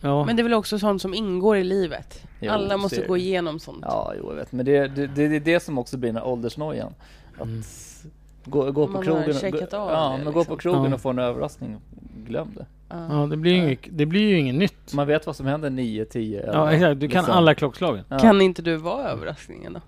Ja.
Men det är väl också sånt som ingår i livet.
Jo,
Alla
så är
måste
det.
gå igenom sånt.
Ja, jo, jag vet, men det, det, det är det som också blir den här åldersnojan. Att gå, gå på
Man har
krogen, och-
checkat av
ja,
det,
men gå
liksom.
på krogen
Ja.
och få en överraskning, glöm det.
Ja.
ja, det blir ju inget, det blir ju inget nytt.
Man vet vad som händer liksom. 9, 10,
Ja, exakt. Du kan alla klockslagen.
Ja.
Kan inte du vara överraskningen då?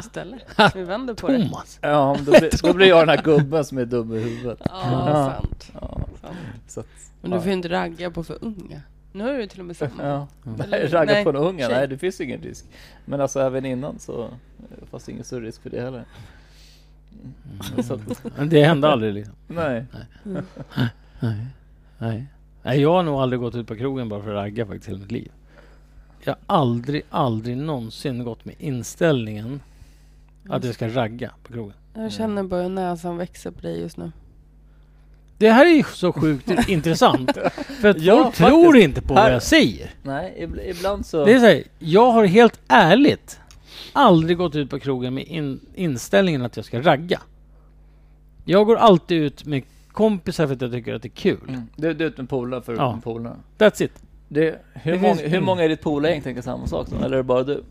Istället. Vi vänder på det.
Thomas!
Ja, men då, blir, då blir jag den här gubben som är dum i huvudet.
Ja,
Ja.
sant.
Ja,
sant.
så att,
Men du får ju inte ragga på för unga. Nu är du till och med
Mm.
samma.
ja. Nej,
Eller-
ragga
nej,
på en unge,
tjej.
nej det finns ingen risk. Men alltså även innan så eh, fanns det ingen större risk för det heller. Mm. Så att,
Men det hände aldrig liksom.
nej.
Nej. Nej. Nej, jag har nog aldrig gått ut på krogen bara för att ragga faktiskt hela mitt liv. Jag har aldrig, aldrig någonsin gått med inställningen att jag ska ragga på krogen.
Jag känner bara hur näsan växer på dig just nu.
Det här är ju så sjukt intressant. För att
Ja,
folk
faktiskt.
tror inte på vad
Här-
jag säger.
nej, ib- ibland så...
Det är så här, jag har helt ärligt aldrig gått ut på krogen med in, inställningen att jag ska ragga. Jag går alltid ut med kompisar för att jag tycker att det är kul.
Mm. Du, du är ute med polare för
Ja.
med polare.
That's it.
Det, hur,
Det
många,
finns- mm.
hur många i ditt polargäng tänker samma sak då? Eller är det bara du?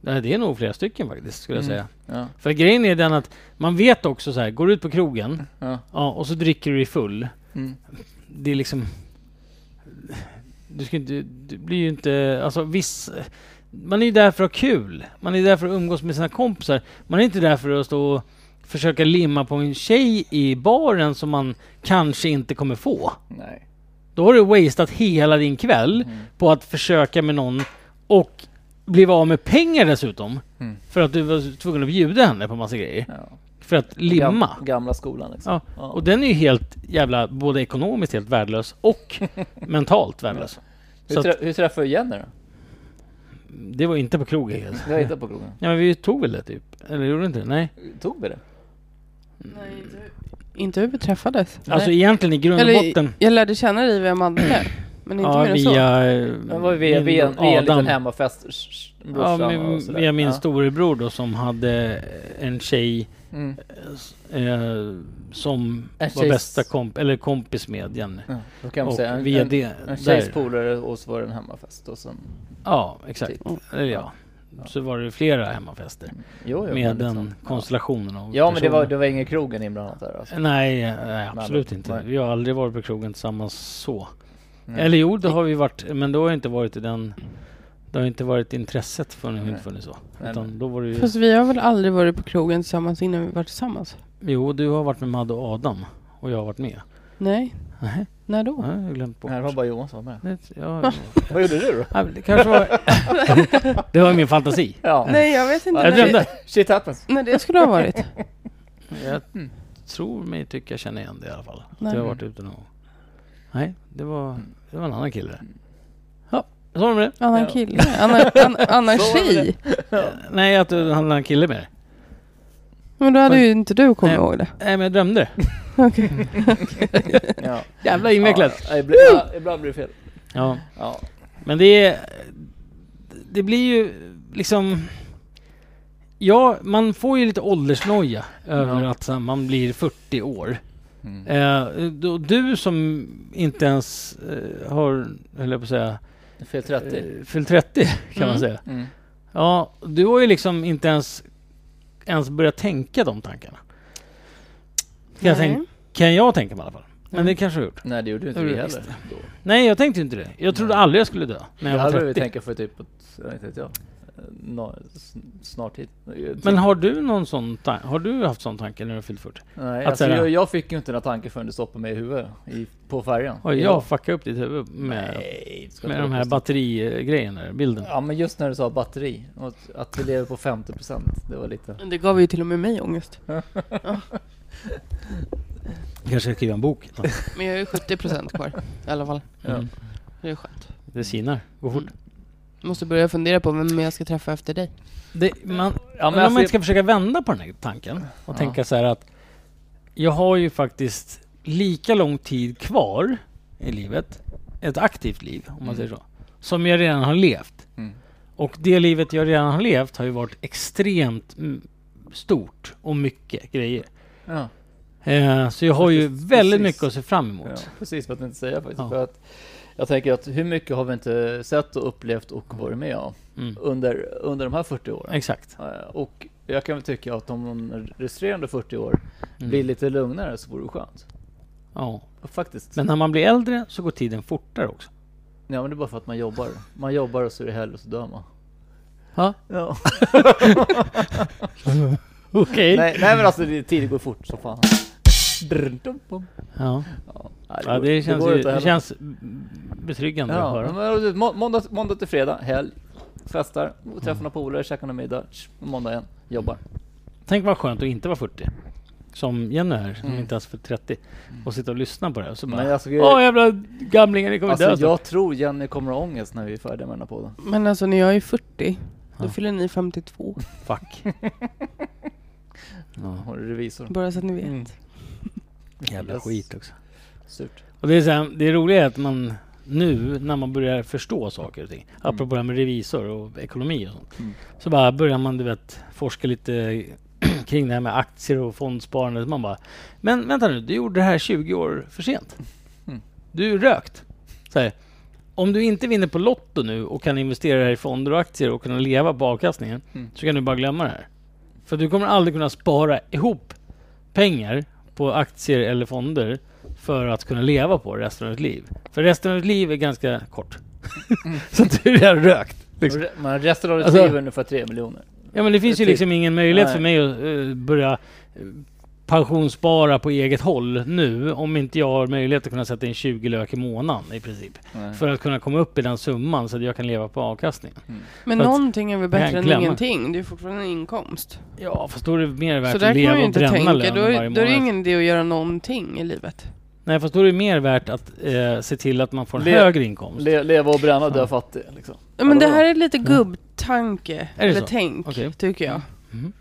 Nej, det är nog flera stycken faktiskt skulle jag
Mm.
säga.
Ja.
För grejen är den att man vet också så här, går du ut på krogen
Ja.
ja, och så dricker du dig full.
Mm.
Det är liksom... Du ska inte... Du blir ju inte... Alltså viss... Man är ju där för att ha kul. Man är där för att umgås med sina kompisar. Man är inte där för att stå och försöka limma på en tjej i baren som man kanske inte kommer få.
Nej. Mm.
Då har du wasteat hela din kväll på att försöka med någon och bliva av med pengar dessutom.
Mm.
För att du var tvungen att bjuda henne på massa grejer.
Ja.
För att limma.
Gam, gamla skolan liksom.
Ja.
Ja.
Och den är ju helt jävla, både ekonomiskt helt värdelös och mentalt värdelös.
hur,
så att-
trä, hur träffar du Jenny då?
Det var inte på krogen helt.
Jag hittade på krogen.
Ja men vi tog väl det typ? Eller gjorde vi inte det? Nej.
Tog vi det?
Mm.
Nej, inte, inte hur vi träffades.
Alltså egentligen i grund och
Eller,
botten.
jag lärde känna dig via Madde. Men inte
Ja,
mer än så.
via... eh,
Men var vi via,
min
via, via en liten
Adam.
hemmafest, sh- sh-
Ja,
brorsan
min,
och sådär.
via min
ja.
storebror då som hade eh, en tjej
Mm.
eh, som
En
var
tjejs-
bästa komp eller kompis med Jenny.
Ja, då kan man
Och
säga en,
via
en,
det...
en
där.
tjejs polare och så var det en hemmafest och sen...
Ja, exakt. Eller ja.
Typ. Ja.
Så var det flera hemmafester.
Jo, jo, men
Med den
liksom,
konstellationen av
Ja, ja men det
personer.
var, det var ingen krogen inblandat där alltså.
Nej, nej absolut
men-
inte.
nej.
Vi har aldrig varit på krogen tillsammans så.
Nej.
Eller jo, det har vi varit, men då har jag inte varit i den... Det har inte varit intresset för det har
Nej.
inte funnits så.
Nej,
Utan
nej.
då var det ju...
Fast vi har väl aldrig varit på krogen tillsammans innan vi var tillsammans?
Jo, du har varit med Madde och Adam och jag har varit med.
Nej.
Nej,
När då?
nej, jag har glömt bort.
Nej, det var bara Johan som var med.
Det, ja,
Vad gjorde du då?
ja, det kanske var... det var min fantasi.
Ja.
Nej, jag vet inte.
Jag
när, det,
drömde.
Shit happens.
när det skulle ha varit.
Jag tror mig tycker jag känner igen det i alla fall. Att
Nej.
jag har varit ute någon gång. Nej, det var,
Mm.
det var en annan kille. Ja, så var det med det.
Annan
Ja.
kille. Annan, an, annan
Så var det.
tjej.
Nej, att du handlade en kille med dig.
Men då hade ju inte du kommit
Nej.
ihåg det.
Nej, men jag drömde det.
Ja.
Jävla invecklat.
Ja, ibland, ja, ibland blir det fel.
Ja.
Ja.
Men det är... Det blir ju liksom... ja, man får ju lite åldersnoja över
Ja.
att så här, man blir 40 år.
Mm.
Eh, då, du som inte ens eh, har, höll jag på att säga,
Fel 30.
eh, fyllt 30 kan man
Mm.
säga.
Mm.
Ja, du har ju liksom inte ens, ens börjat tänka de tankarna. Kan jag, tänka, kan jag tänka mig i alla fall. Men
Mm.
det kanske jag har gjort.
Nej det gjorde ju inte
Ja,
vi
det
heller. Då.
Nej, jag tänkte inte det. Jag trodde
Nej.
aldrig jag skulle dö när jag
Det
var
hade vi
30.
tänka för typ, ett- jag vet inte jag, no, snar tid.
Men har du någon sån ta- Har du haft sån tanke när du har fyllt 40?
Nej,
att
alltså,
säga-
jag, jag fick ju inte några tankar förrän du stoppade mig i huvudet i, på färjan.
Oj,
Idag.
jag fuckade upp ditt huvud med,
Nej, det ska
med
jag
de
inte
här
påstå.
batterigrejerna, bilden.
Ja men just när du sa batteri, och att- att vi lever på 50% det var lite...
Mm.
Det gav ju till och med mig ångest.
Kanske ska skriva en bok.
Men jag är ju 70% kvar i alla fall.
Mm.
Det är skönt.
Det sinar. Mm. Gå fort.
Måste börja fundera på vem jag ska träffa efter dig.
Det, man,
Ja, alltså
men om man inte ska försöka vända på den här tanken och
Ja.
tänka så här att jag har ju faktiskt lika lång tid kvar i livet, ett aktivt liv om man
Mm.
säger så, som jag redan har levt.
Mm.
Och det livet jag redan har levt har ju varit extremt mm, stort och mycket grejer.
ja,
Eh, så jag har ju
Faktiskt,
väldigt
precis.
mycket att se fram emot.
ja, precis vad jag tänkte säga faktiskt.
Ja.
För att jag tänker att hur mycket har vi inte sett och upplevt och varit med om
Mm.
under, under de här 40 åren?
Exakt.
Eh, Och jag kan väl tycka att om de resterande 40 år
Mm.
blir lite lugnare så vore det skönt.
Ja.
Och Faktiskt.
Men när man blir äldre så går tiden fortare också.
Ja men det är bara för att man jobbar. Man jobbar och så är det helg och så dör man.
Ha?
Ja.
Okej.
nej, nej men alltså det- tiden går fort som fan. Drr, dum, bum.
Ja.
Ja,
Ja, det känns,
går
ju,
inte
det
heller.
känns betryggande att
Ja,
höra.
men, du, må- måndag, måndag till fredag, helg, festar, och träffar några polare, käkar någon middag, tsch, och måndag igen, jobbar.
Tänk vad skönt att inte vara 40. Som Jenny här, som
Mm.
inte ens är 30. Och sitta och lyssna på det här och så
Men
bara
alltså,
Åh jävla gamlingar, ni kommer dö
alltså,
snart."
jag tror Jenny kommer ha ångest när vi är färdiga med den här podden.
Men alltså när jag är 40, då
Ja.
fyller ni 52.
Fuck. ja,
Har du revisor?
Bara så att ni vet.
Mm.
jävla
Yes.
skit också.
Surt.
Och det, är så här, det roliga är att man nu när man börjar förstå saker och ting, apropå det här med revisor och ekonomi och sånt,
Mm.
så bara börjar man du vet, forska lite kring det här med aktier och fondsparande. Så Man bara, men vänta nu, du gjorde det här 20 år för sent.
Mm.
Du är rökt. Så här, om du inte vinner på Lotto nu och kan investera det här i fonder och aktier och kunna leva på avkastningen,
Mm.
så kan du bara glömma det här. För du kommer aldrig kunna spara ihop pengar på aktier eller fonder för att kunna leva på resten av ditt liv. För resten av ditt liv är ganska kort. så att du är redan rökt. Liksom.
Och re- Men resten av ditt
Alltså-
liv är ungefär 3 miljoner.
Ja men det finns ju
Typ.
liksom ingen möjlighet för
Nej.
mig att eh, börja eh, pensionsspara på eget håll nu om inte jag har möjlighet att kunna sätta in 20 lök i månaden i princip.
Mm.
Nej.
För att kunna komma upp i den summan så att jag kan leva på avkastningen.
Men
För att-
någonting är väl bättre
kan
än
klämma.
ingenting. Det är ju fortfarande en inkomst.
Ja fast då är det mer värt
Så
att
där kan man
leva
ju
och
inte
bränna
tänka.
lönen
Då
varje
är,
månad.
då är det ingen idé att göra någonting i livet.
Nej fast då är det mer värt att eh, se till att man får en
Le-
högre inkomst.
Le, leva och bränna, dö
Ja.
fattig liksom.
Ja, men
Ja,
det
då.
här är lite gubbtanke,
Är det
eller
så?
tänk,
Okej.
tycker jag.
Mhm.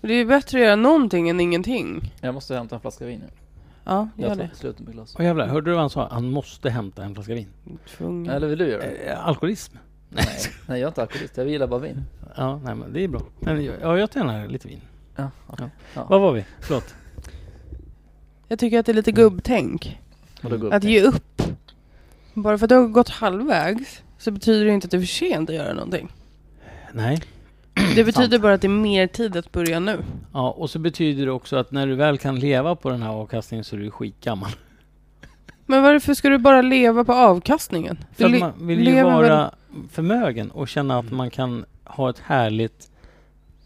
Det är ju bättre att göra någonting än ingenting.
Jag måste hämta en flaska vin nu.
Ja,
Jag
gör
tar
det.
slut med glas.
Åh jävlar, hörde du vad han sa? Han måste hämta en flaska vin.
Tvungen.
Eller vill du göra det?
Eh, alkoholism?
Nej, nej jag är inte alkoholist. Jag gillar bara vin.
Ja, nej, men det är bra. Men jag, ja, jag tar gärna lite vin.
Ja,
Var var vi? Förlåt.
Jag tycker att det är lite gubbtänk.
Och då går
Att ge upp. Bara för att du har gått halvvägs så betyder det inte att det är för sent att göra någonting.
Nej.
Det betyder bara att det är mer tid att börja nu.
Ja, och så betyder det också att när du väl kan leva på den här avkastningen så är du skitgammal.
Men varför ska du bara leva på avkastningen? Du
För att
le-
man vill ju
lever väl-
vara förmögen och känna att man kan ha ett härligt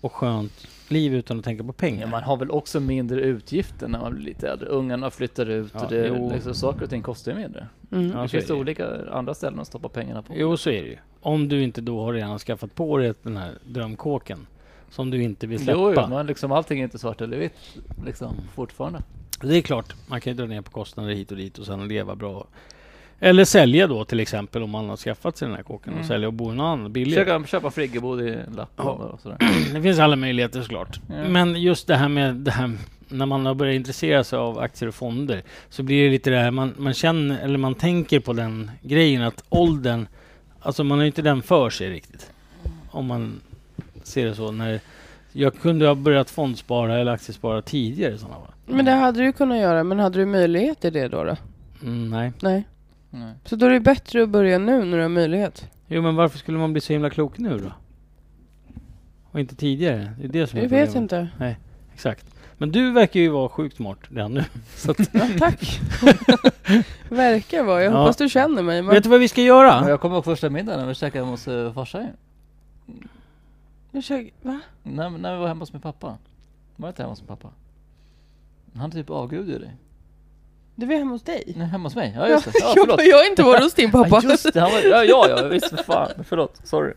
och skönt liv utan att tänka på
Ja,
pengar.
man har väl också mindre utgifter när man blir lite äldre. Ungarna flyttar ut
Ja,
och det,
jo.
liksom, saker och ting kostar ju mindre.
Mm.
Ja,
det
så
finns
är det ju.
olika andra ställen att stoppa pengarna på.
Jo, så är det ju. Om du inte då har redan skaffat på dig den här drömkåken som du inte vill
jo,
släppa.
jo, men liksom allting är inte svart eller vitt liksom, fortfarande.
Det är klart, man kan ju dra ner på kostnader hit och dit och sen leva bra. Eller sälja då till exempel om man har skaffat sig den här kåken
Mm.
och sälja och bo i någon annan billigare.
Försöka köpa en friggebod i Lappland och sådär.
Det finns alla möjligheter såklart.
Ja.
Men just det här med det här när man har börjat intressera sig av aktier och fonder så blir det lite det här man, man känner eller man tänker på den grejen att åldern, alltså man har ju inte den för sig riktigt. Om man ser det så när Jag kunde ha börjat fondspara eller aktiespara tidigare i sådana fall.
Men det hade du kunnat göra, men hade du möjlighet till det då? då?
Mm, nej.
Nej.
Nej.
Så då är det bättre att börja nu när du har möjlighet.
Jo, men varför skulle man bli så himla klok nu då? Och inte tidigare? Det är det som är
Jag vet
problemet.
inte.
Exakt. Men du verkar ju vara sjukt smart redan nu. Så att,
Ja, tack. Verkar vara. Jag
Ja.
hoppas du känner mig. Men
vet du vad vi ska
Men
göra?
jag kommer ihåg första middagen när vi käkade hos eh, farsan ju.
Ursäk- va?
När, när vi var hemma hos min pappa. Var det inte hemma hos min pappa? Han typ avgudade dig.
Du var hemma hos dig?
Nej, hemma hos mig? Ja
Ja,
just det. Ja,
jag,
förlåt.
jag har inte varit hos din pappa.
Ja, just det, han var, ja, ja, ja visst för fan. Förlåt, sorry.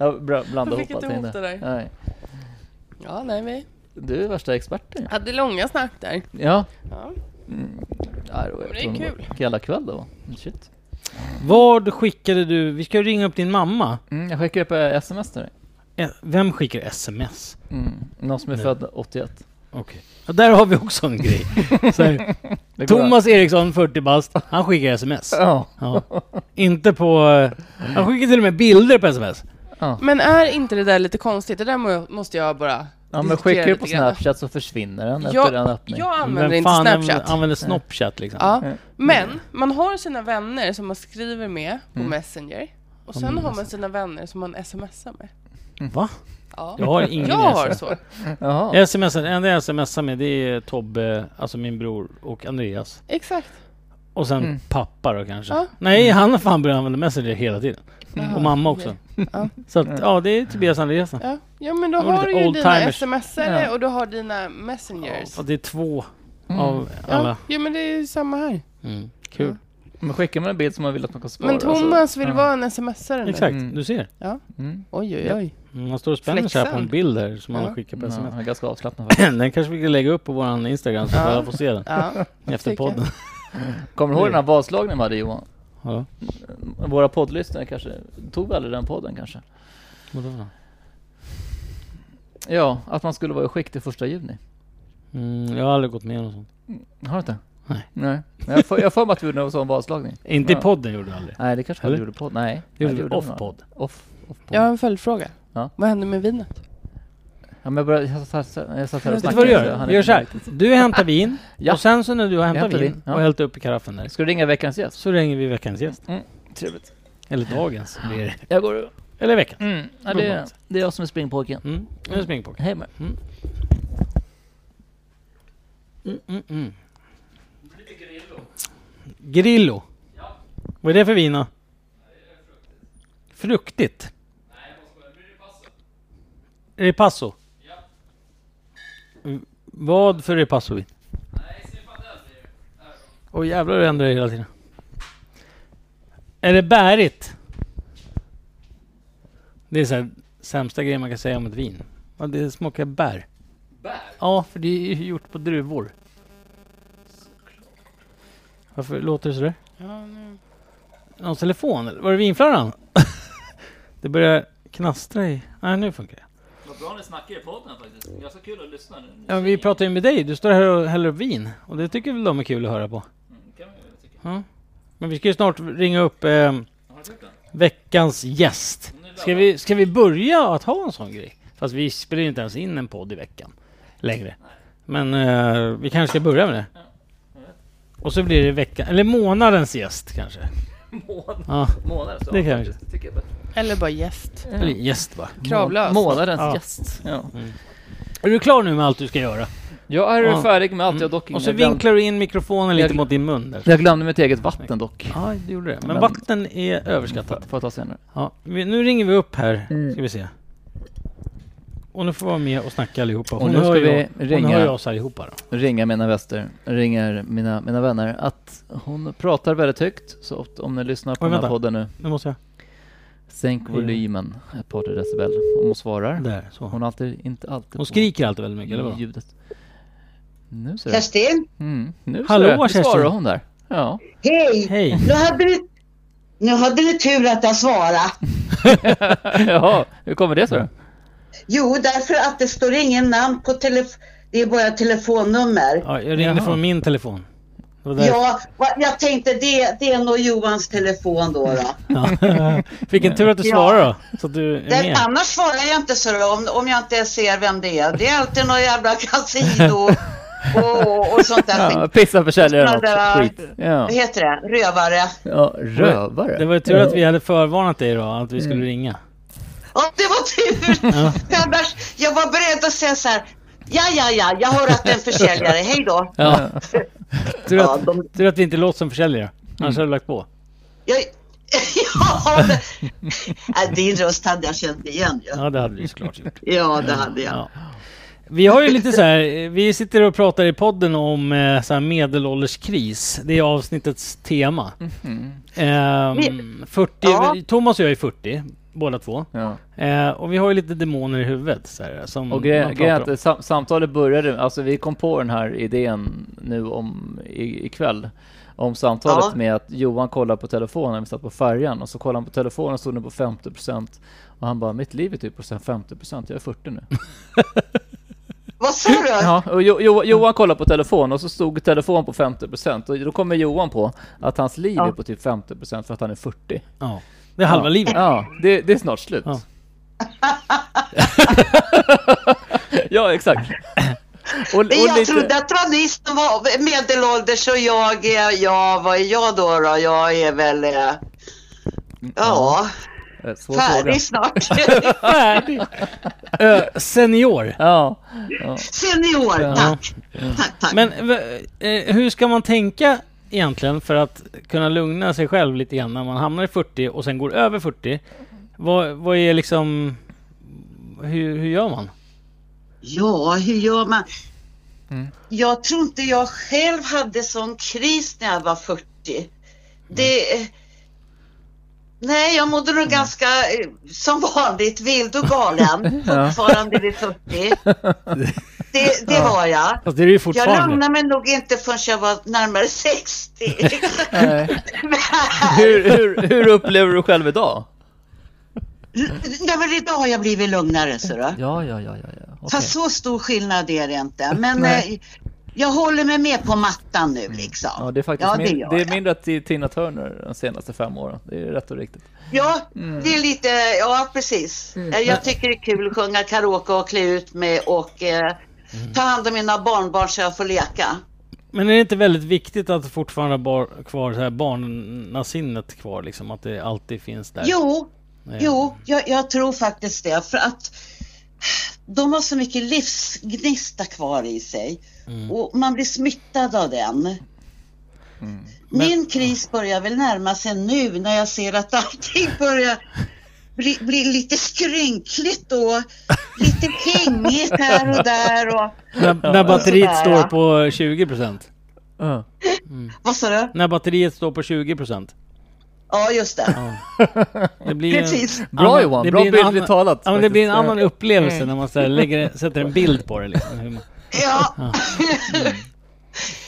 Jag bra-
Jag
blandade
fick
ihop
inte
allting
ihop det
där.
där.
Nej.
Ja, nej, vi
Du är värsta experten ju.
hade långa snack där.
Ja.
Ja.
Mm. Ja, det var
det är
helt underbart.
kul.
Vilken jävla kväll det var. Shit.
Vad skickade du? Vi ska ju ringa upp din mamma.
Mm, jag skickar upp eh, sms till dig.
Eh, Vem skickar sms?
Mm. Någon som är
Nej.
född 81.
Okej. Ja, Där har vi också en grej. Så här,
Det går
Thomas Eriksson, 40 bast, han skickar sms.
bra. Ja.
Ja. Inte på... eh, Han skickar till och med bilder på sms.
Men är inte det där lite konstigt? Det där må- måste jag bara...
ja men
Diskutera
skickar du
lite
på
grann.
Snapchat så försvinner den
Jag-
efter en öppning.
Jag använder inte
fan anv-
Snapchat.
använder Snapchat liksom?
Ja.
Nej.
Men man har sina vänner som man skriver med på
Mm.
Messenger. Och
Ja,
sen
men
har man sina vänner som man smsar med.
Mm. Va?
Ja.
Jag har ingen
Jag har
sms.
så.
Jaha.
Jag smsar, det enda jag smsar med det är Tobbe, alltså min bror och Andreas.
Exakt.
Och sen
Mm.
pappa då kanske.
Ja.
Nej, han har fan börjat använda Messenger hela tiden.
Jaha,
Och mamma också.
okej. Ja.
Så att, ja, det är Tobias och Andreas.
Ja. ja, men då
De är lite
har du ju dina
old-timers.
smsare
Ja.
och du har dina messengers.
Och det är två
Mm.
av
Ja,
alla.
ja, men det är ju samma här.
Mm. Kul.
Men skickar man en bild som man vill att man ska spara.
Men Thomas
alltså.
vill
Ja.
vara en smsare nu.
Exakt,
Mm.
du ser.
Mm.
Oj, oj, oj.
Mm, Han står och spänner sig här på
Flexen.
en bild här som
Ja.
han skickar på
Ja,
sms.
han är ganska avslappnad faktiskt.
Den kanske vi kan lägga upp på våran Instagram så
Ja.
alla får se den
Ja.
efter
tycker jag.
podden.
Kommer du ihåg den här vadslagningen vi hade Johan?
Ja.
Våra poddlyssnare kanske, tog vi aldrig den podden kanske?
Vadå?
Ja, att man skulle vara i skick till första juni.
Mm, jag har aldrig gått med om sånt.
Har du inte?
Nej.
Nej. Jag har för- jag har för mig att vi gjorde en sån vadslagning.
Inte
Ja.
i podden gjorde jag aldrig.
Nej, det kanske vi
Eller?
gjorde podd. Nej.
Det gjorde
Nej,
vi
vi nog.
off-podd.
Off, off-podd.
Jag har
Ja.
en följdfråga.
Ja.
Vad hände med vinet?
men jag, började, jag, satt, här- jag satt här
Vet
och
du
snackade.
vad du
så
gör?
han
Du
är-
gör så här. Du hämtar vin
Ja.
och sen så när du har hämtat
hämtar
vin
vin, ja.
och hällt upp i karaffen där
Ska du ringa veckans gäst?
så ringer vi veckans gäst.
Trevligt.
Eller dagens blir det.
Jag går
Eller veckan.
mm. ja,
Bra
det,
mat.
det är jag som är springpojken.
Mm. Nu springer på.
Hej med er.
Mm, mm, mm. Grillo. Vad är det för vin då? Fruktigt? Ripasso? Mm, Vad för ripassovin? Åh jävlar du ändrar dig hela tiden. Är det bärigt? Det är så här, sämsta grejen man kan säga om ett vin. Ja, det smakar bär. Ja, för det är ju gjort på druvor. Varför låter det sådär?
Ja, nu.
Någons telefon? eller? Var det vinflarran? det börjar knastra i... Nej, nu funkar det.
Vad bra ni snackar i podden faktiskt. Jag så kul att lyssna nu.
Ja, men vi pratar ju med dig. Du står här och häller upp vin. Och det tycker väl de är kul att höra på.
Mm,
Ja. Men vi ska ju snart ringa upp eh, veckans gäst. Ska vi, ska vi börja att ha en sån grej? Fast vi spelar ju inte ens in en podd i veckan längre. Men eh, vi kanske ska börja med det. Och så blir det veckan, eller månadens gäst kanske.
Mån,
Ja,
månader så.
Det kan vi göra.
Det tycker jag är bättre.
Eller bara gäst.
eller gäst bara.
Kravlös.
Månadens
Ja.
gäst. Ja.
Är du klar nu med allt du ska göra?
Jag är
Ja.
färdig med allt jag dock
Och så
jag glömde,
vinklar du in mikrofonen
Jag
lite
glöm-
mot din mun där.
jag glömde mitt eget vatten dock.
Ja, du gjorde det. Men
Men- Mm.
vatten är
Får
överskattat.
får jag ta senare.
Ja, vi- nu ringer vi upp här,
Mm.
ska vi se. Och nu får vara med och snacka allihopa.
Och
Hon
nu ska
hör ju-
vi ringa-
Hon hör ju oss allihopa då.
ringa mina väster, ringer mina, mina vänner att hon pratar väldigt högt så att om ni lyssnar på
Oj,
den här
vänta.
podden nu
Nu måste jag...
Sänk
Ja.
volymen ett par tre decibel om hon svarar.
Där, så.
Hon har alltid, inte alltid
Hon
på
skriker alltid väldigt mycket, eller vadå?
ljudet. Nu ser du.
Kerstin,
Mm, nu
Hallå,
ser du. Nu
Kerstin.
svarar hon där. Ja.
hej!
Hej!
Nu hade, du, nu hade du tur att jag svarade.
Jaha, hur kommer det sig?
Jo, därför att det står ingen namn på telefon. Det är bara telefonnummer.
Ja, jag ringde
Jaha.
från min telefon. Det var därför.
Ja, va- jag tänkte det, det är nog Johans telefon då. då.
Ja. Vilken tur att du
Ja.
svarar då. Så att du är
Det,
med.
annars svarar jag inte så då, om, om jag inte ser vem det är. Det är alltid någon jävla kasino och, och, och sånt där
Ja,
skit.
pizzaförsäljaren också.
Sådana där-
Skit. Ja.
Vad heter det? Rövare.
ja, rövare.
Det var ju tur att vi hade förvarnat dig då, att vi skulle
Mm.
ringa.
Ja, det var tur. Annars, jag var beredd att säga så här. Ja, ja, ja, jag har att det är en försäljare. Hej då.
Ja. tur,
Ja,
att,
de,
tur att vi inte låter som försäljare.
Mm.
Annars hade du lagt på.
jag, ja, det, Nej, din röst hade jag känt igen ju.
Ja, det hade vi såklart gjort.
Ja, det hade
Ja.
jag.
Vi har ju lite så här, eh, vi sitter och pratar i podden om eh, så här medelålderskris. Det är avsnittets tema.
Mhm.
Ehm, 40,
Ja.
Thomas och jag är 40, båda två.
Ja.
Eh, och vi har ju lite demoner i huvudet. Så här, som
Och grejen
man
grejen är
pratar
att
om.
det sam- samtalet började, alltså vi kom på den här idén nu om i- ikväll. Om samtalet
Ja.
med att Johan kollade på telefonen när vi satt på färjan och så kollade han på telefonen och stod den på 50% och han bara mitt liv är typ på så här 50% jag är 40 nu.
Vad sa du?
Ja, och jo, jo, Johan kollade på telefon och så stod telefonen på 50% och då kommer Johan på att hans liv är på typ 50% för att han är 40.
Ja. Det är halva
ja.
livet.
Ja, det, det är snart slut.
Ja.
Ja, exakt. Och, och
Jag
lite-
trodde att det var ni som var medelålders och jag är, ja vad är jag då då? Jag är väl, eh, ja,
Eh, Svår fråga.
färdig snart.
Färdig! Ö, senior.
Ja.
Senior, tack. Tack, tack.
Men v- eh, hur ska man tänka egentligen för att kunna lugna sig själv lite grann när man hamnar i 40 och sen går över 40? Vad, vad är liksom... Hur, hur gör man?
Ja, hur gör man? Jag tror inte jag själv hade sån kris när jag var 40. Det... Nej, jag mådde nog ganska, eh, som vanligt, vild och galen. Fortfarande vid 40. Det, det var jag.
Fast det är det ju
Jag
fortfarande.
lugnade mig nog inte förrän jag var närmare 60.
Nej.
Men-
Hur, hur, hur upplever du själv idag?
Nej, men idag har jag blivit lugnare. Så då.
Ja, ja, ja, ja. ja. Okej.
Fast så stor skillnad är det inte. Men
Nej. Mm.
eh, jag håller mig med på mattan nu liksom.
Ja, det är faktiskt
ja,
min,
gör
det är
jag.
mindre till Tina Turner de senaste fem åren. Det är rätt och riktigt.
Ja,
Mm.
det är lite, ja precis. Eh, Jag tycker det är kul att sjunga karaoke och klä ut mig och eh,
Mm.
ta hand om mina barnbarn så jag får leka.
Men är det inte väldigt viktigt att fortfarande ha bar, kvar så här barnasinnet kvar liksom? Att det alltid finns där? Eh,
Jo,
Nej.
jo jag, jag tror faktiskt det. För att de har så mycket livsgnista kvar i sig. Och man blir smittad av den. Min kris börjar väl närma sig nu när jag ser att allting börjar bli, bli lite skrynkligt och lite hängigt här och där. Och,
När, när batteriet
Sådär, ja.
står på 20 procent.
Ja.
vad sa du?
När batteriet står på 20 procent.
Ja, just det.
Det blir ju en-
Precis.
Bra,
annan-
Johan.
det
Bra
blir en
bildligt
annan-
talat,
Ja, men det blir en
faktiskt.
annan upplevelse när man så här lägger, sätter en bild på det. Liksom. Hur man-
Ja.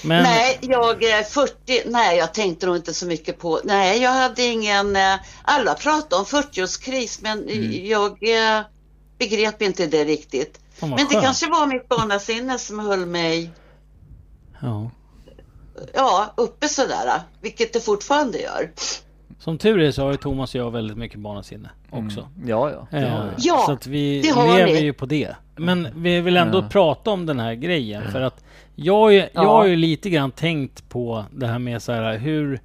Men,
Nej, jag är 40. Nej, jag tänkte nog inte så mycket på. Nej, jag hade ingen. eh, Alla pratade om 40-årskris, men
Mm.
jag eh, begrep inte det riktigt.
Fan, vad
men det
skönt.
kanske var mitt barnasinne som höll mig
Ja.
ja, uppe sådär, vilket det fortfarande gör.
Som tur är så har ju Thomas och jag väldigt mycket barnasinne
Mm.
också.
Ja, ja. det har
Eh,
vi.
Ja,
så att vi
det har
lever
vi.
ju på det. Men vi vill ändå prata om den här grejen för att jag, är, jag har ju lite grann tänkt på det här med så här hur...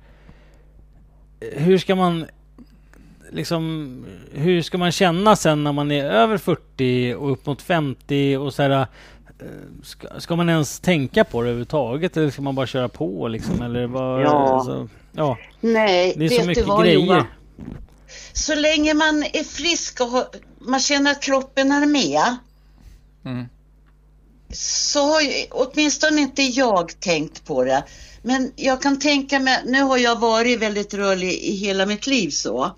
Hur ska man liksom, hur ska man känna sen när man är över 40 och upp mot 50 och så här, eh, ska, ska man ens tänka på det överhuvudtaget eller ska man bara köra på liksom eller vad?
Ja.
alltså, ja
Nej,
det är
vet
så mycket
du vad,
grejer.
Johan? Så länge man är frisk och har- man känner att kroppen är med.
Mm.
Så har ju, åtminstone inte jag tänkt på det. Men jag kan tänka mig, nu har jag varit väldigt rörlig i hela mitt liv så.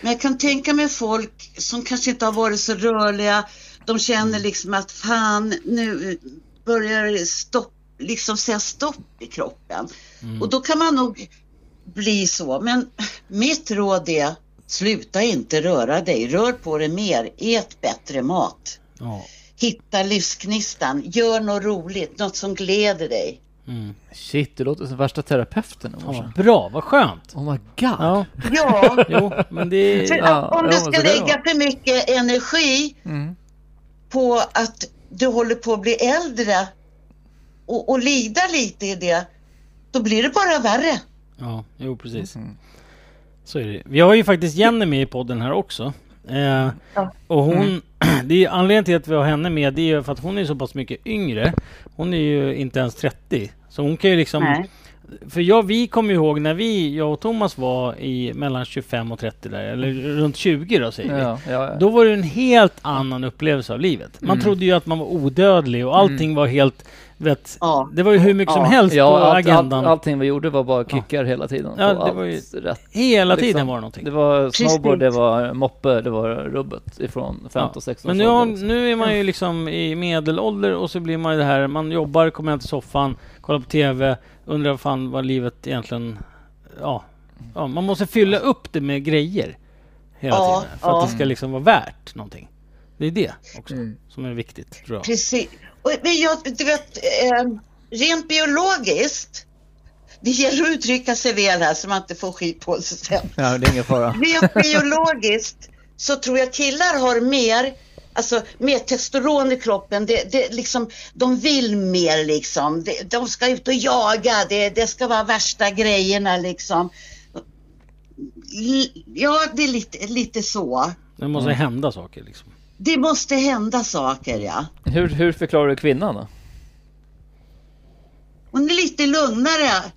Men jag kan tänka mig folk som kanske inte har varit så rörliga. De känner liksom att fan, nu börjar det stopp, liksom säga stopp i kroppen. Och då kan man nog bli så. Men mitt råd är, sluta inte röra dig. Rör på dig mer. Ät bättre mat.
Ja.
Hitta livsgnistan. Gör något roligt, något som gläder dig.
Mm.
Shit, du låter som värsta terapeuten.
Ja,
Ja.
vad bra, vad skönt!
Oh my god.
Ja,
Ja,
jo, men det...
för
Ja,
om
ja,
du
men
ska
så där
lägga för mycket energi
Mm.
på att du håller på att bli äldre och, och lida lite i det, då blir det bara värre.
Ja, jo precis.
Mm.
Så är det. Vi har ju faktiskt Jenny med i podden här också. Eh, och hon,
Mm.
det är, ju- anledningen till att vi har henne med det är ju för att hon är så pass mycket yngre. Hon är ju inte ens 30. Så hon kan ju liksom...
Nej.
För jag, vi kommer ju ihåg när vi, jag och Thomas var i mellan 25 och 30 där, eller runt 20 då säger vi.
Ja, ja, ja.
Då var det en helt annan upplevelse av livet. Man
Mm.
trodde ju att man var odödlig och allting var helt... Vet,
Ja.
Det var ju hur mycket som
Ja.
helst på
ja allt, allt,
agendan.
allting vi gjorde var bara kickar hela tiden.
Ja,
på
det var ju-
allt rätt.
Hela tiden
liksom.
var det någonting.
Det var snowboard,
Precis.
det var moppe, det var rubbet ifrån 15 16
Men
års
nu,
ålder,
har,
liksom.
nu är man ju liksom i medelålder och så blir man ju det här, man jobbar, kommer hem till soffan, kollar på TV, undrar vad fan vad livet egentligen... Ja, ja man måste fylla upp det med grejer hela
Ja,
tiden för att
ja. Mm.
det ska liksom vara värt någonting. Det är det också som är viktigt tror jag.
Precis. Och, men jag, du vet, eh, rent biologiskt, det gäller att uttrycka sig väl här så man inte får skit på sig sen.
Ja, det är ingen fara.
Rent biologiskt så tror jag killar har mer, alltså mer testosteron i kroppen. Det, det, liksom, de vill mer liksom. De, de ska ut och jaga, det, det ska vara värsta grejerna liksom. L- Ja, det är lite, lite så.
Det måste hända saker liksom.
Det måste hända saker ja.
Hur, hur förklarar du kvinnan då?
Hon är lite lugnare.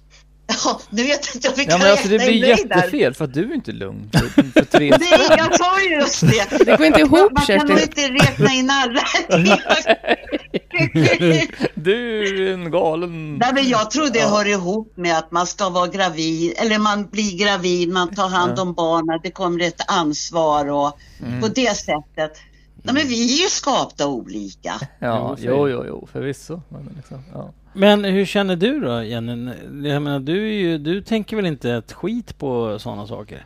Ja, nu vet jag inte om vi
Ja,
kan
men alltså det
räkna in
blir
dig där.
jättefel för att du är inte lugn. För, för tre...
Nej, jag sa ju just det.
Det går inte ihop
Man kan nog
Kerstin.
inte räkna in alla.
Du är en galen...
Nej, men jag tror det hör ihop med att man ska vara gravid, eller man blir gravid, man tar hand om barnen, det kommer ett ansvar och
Mm.
på det sättet. Nej, men vi är ju skapta olika.
Ja,
Jo,
jo, jo, jo, förvisso. Men liksom, ja.
Men hur känner du då Jenny? Jag menar du, är ju, du tänker väl inte ett skit på sådana saker?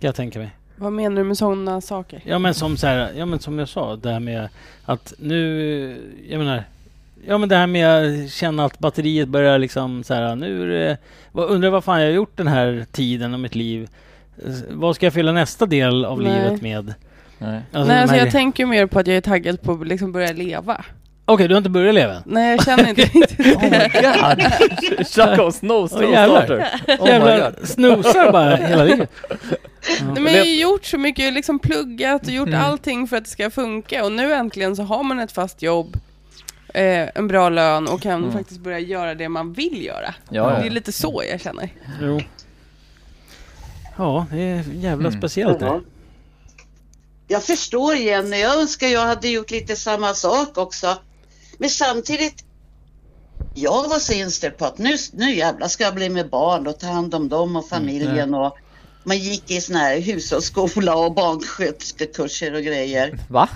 Kan jag tänka mig.
Vad menar du med sådana saker?
Ja men som så här, ja men som jag sa, det här med att nu, jag menar, ja men det här med att känna att batteriet börjar liksom så här, nu är det, vad, undrar vad fan jag har gjort den här tiden av mitt liv. Eh, Vad ska jag fylla nästa del av
Nej.
livet med?
Nej.
Alltså,
Nej, alltså
de här-
jag tänker mer på att jag är taggad på att liksom börja leva.
Okej, du har inte börjat leva än?
Nej, jag känner inte riktigt
Oh my god! Snacka om snow,
Åh, jävlar.
snowstarter! Oh my
Jävlar,
god!
snosar bara hela livet.
Nej, men jag har ju gjort så mycket, jag har liksom pluggat och gjort
Mm.
allting för att det ska funka och nu äntligen så har man ett fast jobb, eh, en bra lön och kan faktiskt börja göra det man vill göra.
Mm. Ja,
Det är
ja.
lite så jag känner.
Jo. Ja, det är jävla speciellt det.
Jag förstår Jenny, jag önskar jag hade gjort lite samma sak också. Men samtidigt, jag var så inställd på att nu, nu jävlar ska jag bli med barn och ta hand om dem och familjen. och man gick i sån här hushållsskola och barnsköterskekurser och grejer.
Va?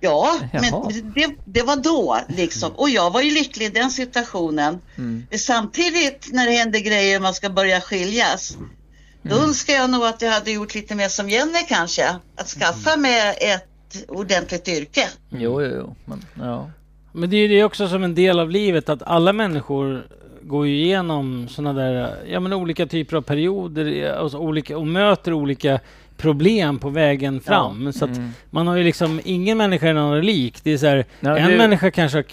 Ja,
Jaha.
men det, det var då liksom. Och jag var ju lycklig i den situationen.
Mm.
Men Samtidigt när det händer grejer man ska börja skiljas. Då
Mm.
önskar jag nog att jag hade gjort lite mer som Jenny kanske. Att skaffa
Mm.
mig ett ordentligt yrke.
Jo, jo, jo. Men, ja.
Men det är ju det också som en del av livet att alla människor går ju igenom sådana där, ja men olika typer av perioder alltså olika, och möter olika problem på vägen fram. Så att man har ju liksom, ingen människa är någon lik. Det är så här,
Ja,
en
det-
människa kanske har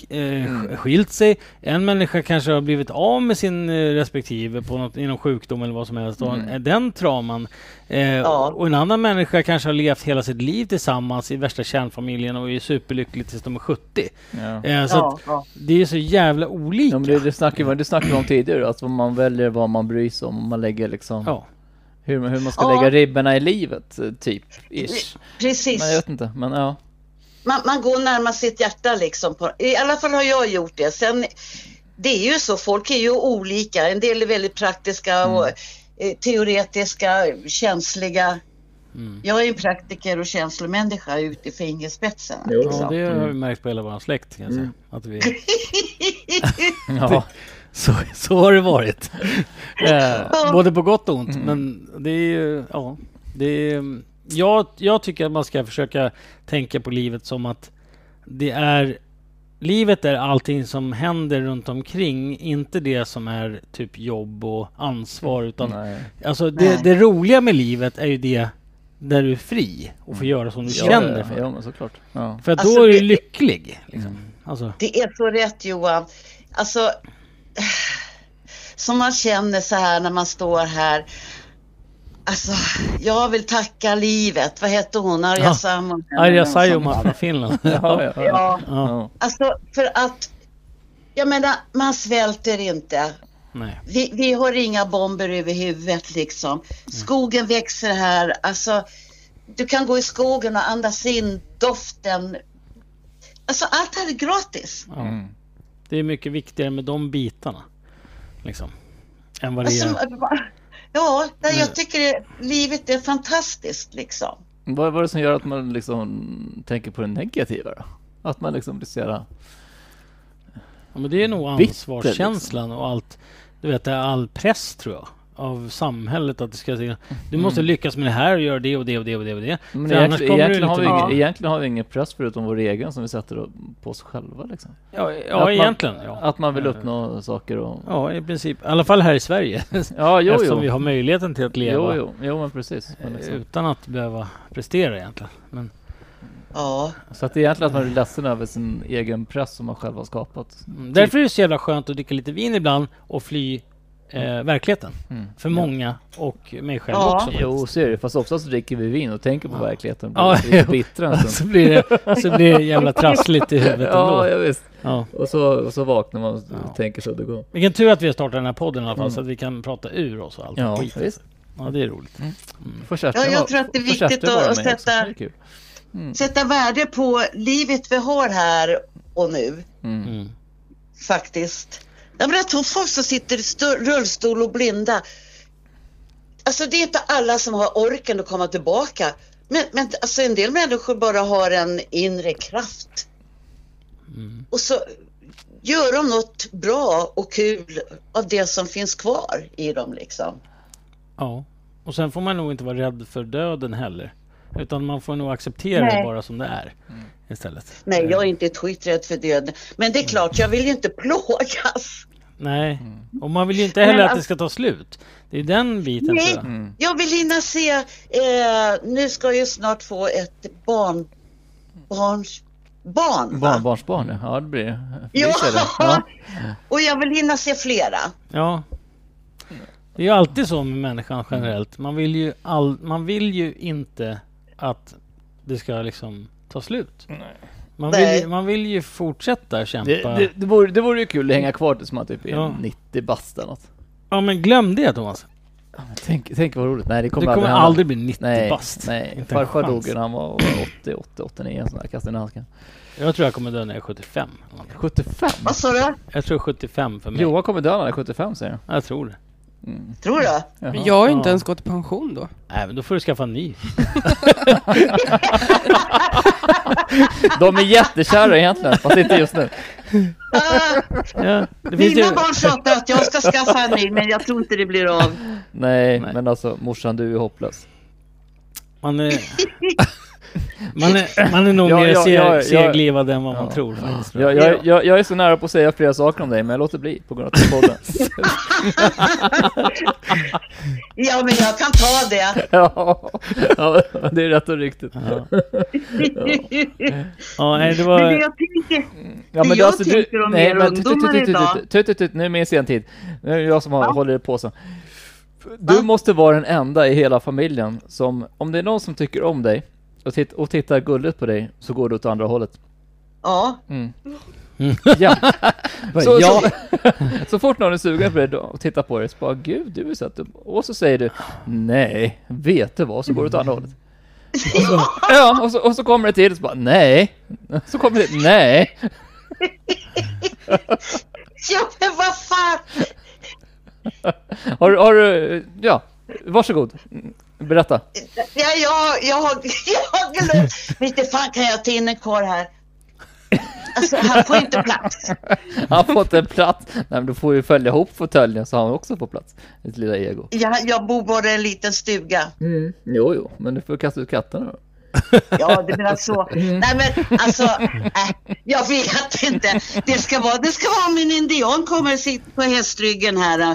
eh, skilt sig, en människa kanske har blivit av med sin eh, respektive på något, inom sjukdom eller vad som helst. Och eh, Den trauman. Eh,
Ja.
Och en annan människa kanske har levt hela sitt liv tillsammans i värsta kärnfamiljen och är superlycklig tills de är 70.
Ja.
Eh, så
Ja,
att
ja.
det är så jävla olika.
Ja, men det, det snackade vi det snackade vi om tidigare, att vad man väljer vad man bryr sig om, och man lägger liksom
Ja.
hur, hur man ska
Ja.
lägga ribborna i livet, eh, typ. Ish.
Precis.
Men jag vet inte, men ja.
Man, man går närmast sitt hjärta liksom. På, I alla fall har jag gjort det. Sen, det är ju så, folk är ju olika. En del är väldigt praktiska
Mm.
och eh, teoretiska, känsliga.
Mm.
Jag är en praktiker och känslomänniska ut i fingerspetsen. Liksom.
Ja, det har vi
Mm.
märkt på hela vår släkt kan jag säga. Att vi,
ja.
så, så har det varit. Eh, både på gott och ont.
Mm.
Men det är ju, ja. Det är, jag, jag tycker att man ska försöka tänka på livet som att det är livet är allting som händer runt omkring, inte det som är typ jobb och ansvar. Utan
Nej.
Alltså det,
Nej.
det roliga med livet är ju det där du är fri och får
Mm.
göra som du
Ja,
känner
ja, Mm.
för.
Ja, men såklart. Ja.
För att
Alltså,
då är du
det-
lycklig. Liksom. Alltså,
Det är så rätt Johan. Alltså, som man känner så här när man står här. Alltså, jag vill tacka livet. Vad hette hon?
Ja.
Arja Saijonmaa.
Arja Saijonmaa från Finland.
Ja, ja, ja.
Ja,
Ja.
alltså för att, jag menar, man svälter inte.
Nej.
Vi, vi har inga bomber över huvudet
Mm.
liksom. Skogen växer här. Alltså, du kan gå i skogen och andas in doften. Alltså allt här är gratis.
Ja.
Mm.
Det är mycket viktigare med de bitarna. Liksom. Än vad det
Alltså,
är.
va- ja, nej, jag tycker det, livet är fantastiskt liksom.
Vad var det som gör att man liksom tänker på det negativa då? Att man liksom blir så jävla...
Ja, men det är nog
Bitter, liksom.
ansvarskänslan och allt. Du vet, det är all press tror jag. Av samhället att det ska säga. Du måste lyckas med det här och göra det och det och det och det. Och det.
Mm. Men
För annars
egentligen,
kommer du
egentligen,
inte
har vi ingen,
vara-
egentligen har vi ingen press förutom vår egen som vi sätter på oss själva liksom.
Ja,
att
ja
man,
egentligen. Ja.
Att man vill uppnå saker och...
ja, i princip. I alla fall här i Sverige.
Ja, jo,
Eftersom
jo.
vi har möjligheten till att leva
jo, jo. Jo, men precis. Men Mm,
eh,
liksom.
utan att behöva prestera egentligen. Men,
Ja,
Så att det är egentligen att man blir ledsen över sin egen press som man själv har skapat.
mm, därför är det så jävla skönt att dricka lite vin ibland och fly eh, verkligheten.
Mm.
För många och mig själv
Ja.
också.
Jo, så är det. Fast oftast dricker vi vin och tänker på verkligheten.
Ja,
Ja, lite
jo.
bittra en stund.
Så blir, det, så blir det jävla trassligt i huvudet
Ja,
ändå.
ja, visst.
Ja.
Och så, och så vaknar man och
Ja.
tänker så att det går.
Vilken tur att vi har startat den här podden i alla fall så att vi kan prata ur oss och allt
Mm. Ja,
skit.
visst.
Ja, det är roligt.
Mm. Får Kerstin
Ja, jag
vara-
tror att det är
får Kerstin
viktigt att-
vara
att
med också.
sätta-
Det är kul.
sätta värde på livet vi har här och nu
Mm.
faktiskt. Jag menar, jag tror folk som sitter i stö- rullstol och blinda. Alltså det är inte alla som har orken att komma tillbaka. Men, men alltså, en del människor bara har en inre kraft. Och så gör de något bra och kul av det som finns kvar i dem liksom.
Ja. Och sen får man nog inte vara rädd för döden heller. Utan man får nog acceptera det
Nej.
bara som det är.
Mm.
Istället.
Nej, jag är inte ett skit rädd för döden. Men det är klart, jag vill ju inte plågas.
Nej.
Mm.
Och man vill ju inte heller
Men
att det
alltså-
ska ta slut. Det är den biten tror
Nej,
jag.
jag vill hinna se. Eh, nu ska jag ju snart få ett barn... Barns... Barn, va?
Barnbarnsbarn, ja. ja det blir det.
Ja.
Visst är det. Ja.
Och jag vill hinna se flera.
Ja. Det är ju alltid så med människan generellt. Man vill ju, all, man vill ju inte att det ska liksom ta slut. Man vill,
Nej.
ju- man vill ju fortsätta kämpa.
Det, det, det, vore, det vore ju kul att hänga kvar tills man typ är
Ja.
90 bast eller något.
Ja men glöm det Thomas.
Ja, men tänk, tänk vad roligt. Nej, det
Du
kommer,
kommer
hända.
aldrig bli 90
nej,
bast.
Nej,
en
farfar
chans.
dog när han var 80, 80 89, sån där, kastade ner handsken.
Jag tror jag kommer dö när jag är 75.
75?
Vad sa du?
Jag tror 75 för mig.
Johan kommer dö när han är 75 säger jag.
Jag tror det.
Tror du?
Jaha.
Men jag har ju inte
Ja.
ens gått i pension då.
Nej men då får du skaffa en ny.
De är jättekära egentligen, fast inte just nu.
Ah,
Ja, det finns
mina
ju...
barn tjatar att jag ska skaffa en ny, men jag tror inte det blir av.
Nej,
Nej.
men alltså morsan du är hopplös.
Man är... Man är, man är nog
Ja,
mer
ja,
se-
ja, ja.
seglivad än vad man
Ja.
tror faktiskt. tror
Jag,
jag.
jag, jag, jag är så nära på att säga flera saker om dig, men jag låter bli på grund av podden.
Ja, men jag kan ta det.
ja, ja, det är rätt och riktigt.
Ja, nej, det
Men det
var...
jag tänker,
Ja,
Det
men
jag
alltså, du,
tycker om
nej,
er
men tut, tut,
ungdomar
tut, tut,
idag.
tut, tut, tut, tut, Nu minns jag en tid. Nu är det jag som har, håller i påsen. Du måste vara den enda i hela familjen som, om det är någon som tycker om dig och, titt, och tittar gulligt på dig, så går du åt andra hållet.
ja,
Ja. så,
ja.
så, så fort någon är sugen på dig då, och tittar på dig, så bara gud, du är söt. Och så säger du, nej, vet du vad, så går du åt andra hållet. Och så, ja, och så, och så kommer det till, så bara nej. Så kommer det, nej.
ja men vad fan.
Har, du- har du, ja, varsågod. Mm, Berätta.
Ja, jag, jag, jag har glömt. Inte fan kan jag ta in en karl här. Alltså, han får inte plats.
Han har fått en plats. Nej men du får ju följa ihop fåtöljen så han också får plats. Ditt lilla ego.
Jag, jag bor bara i en liten stuga.
Jo, jo, men du får kasta ut katterna då.
Ja, du menar så. Nej, men alltså, äh, jag vet inte. Det ska vara, det ska vara om en indian kommer och sitter på hästryggen här äh,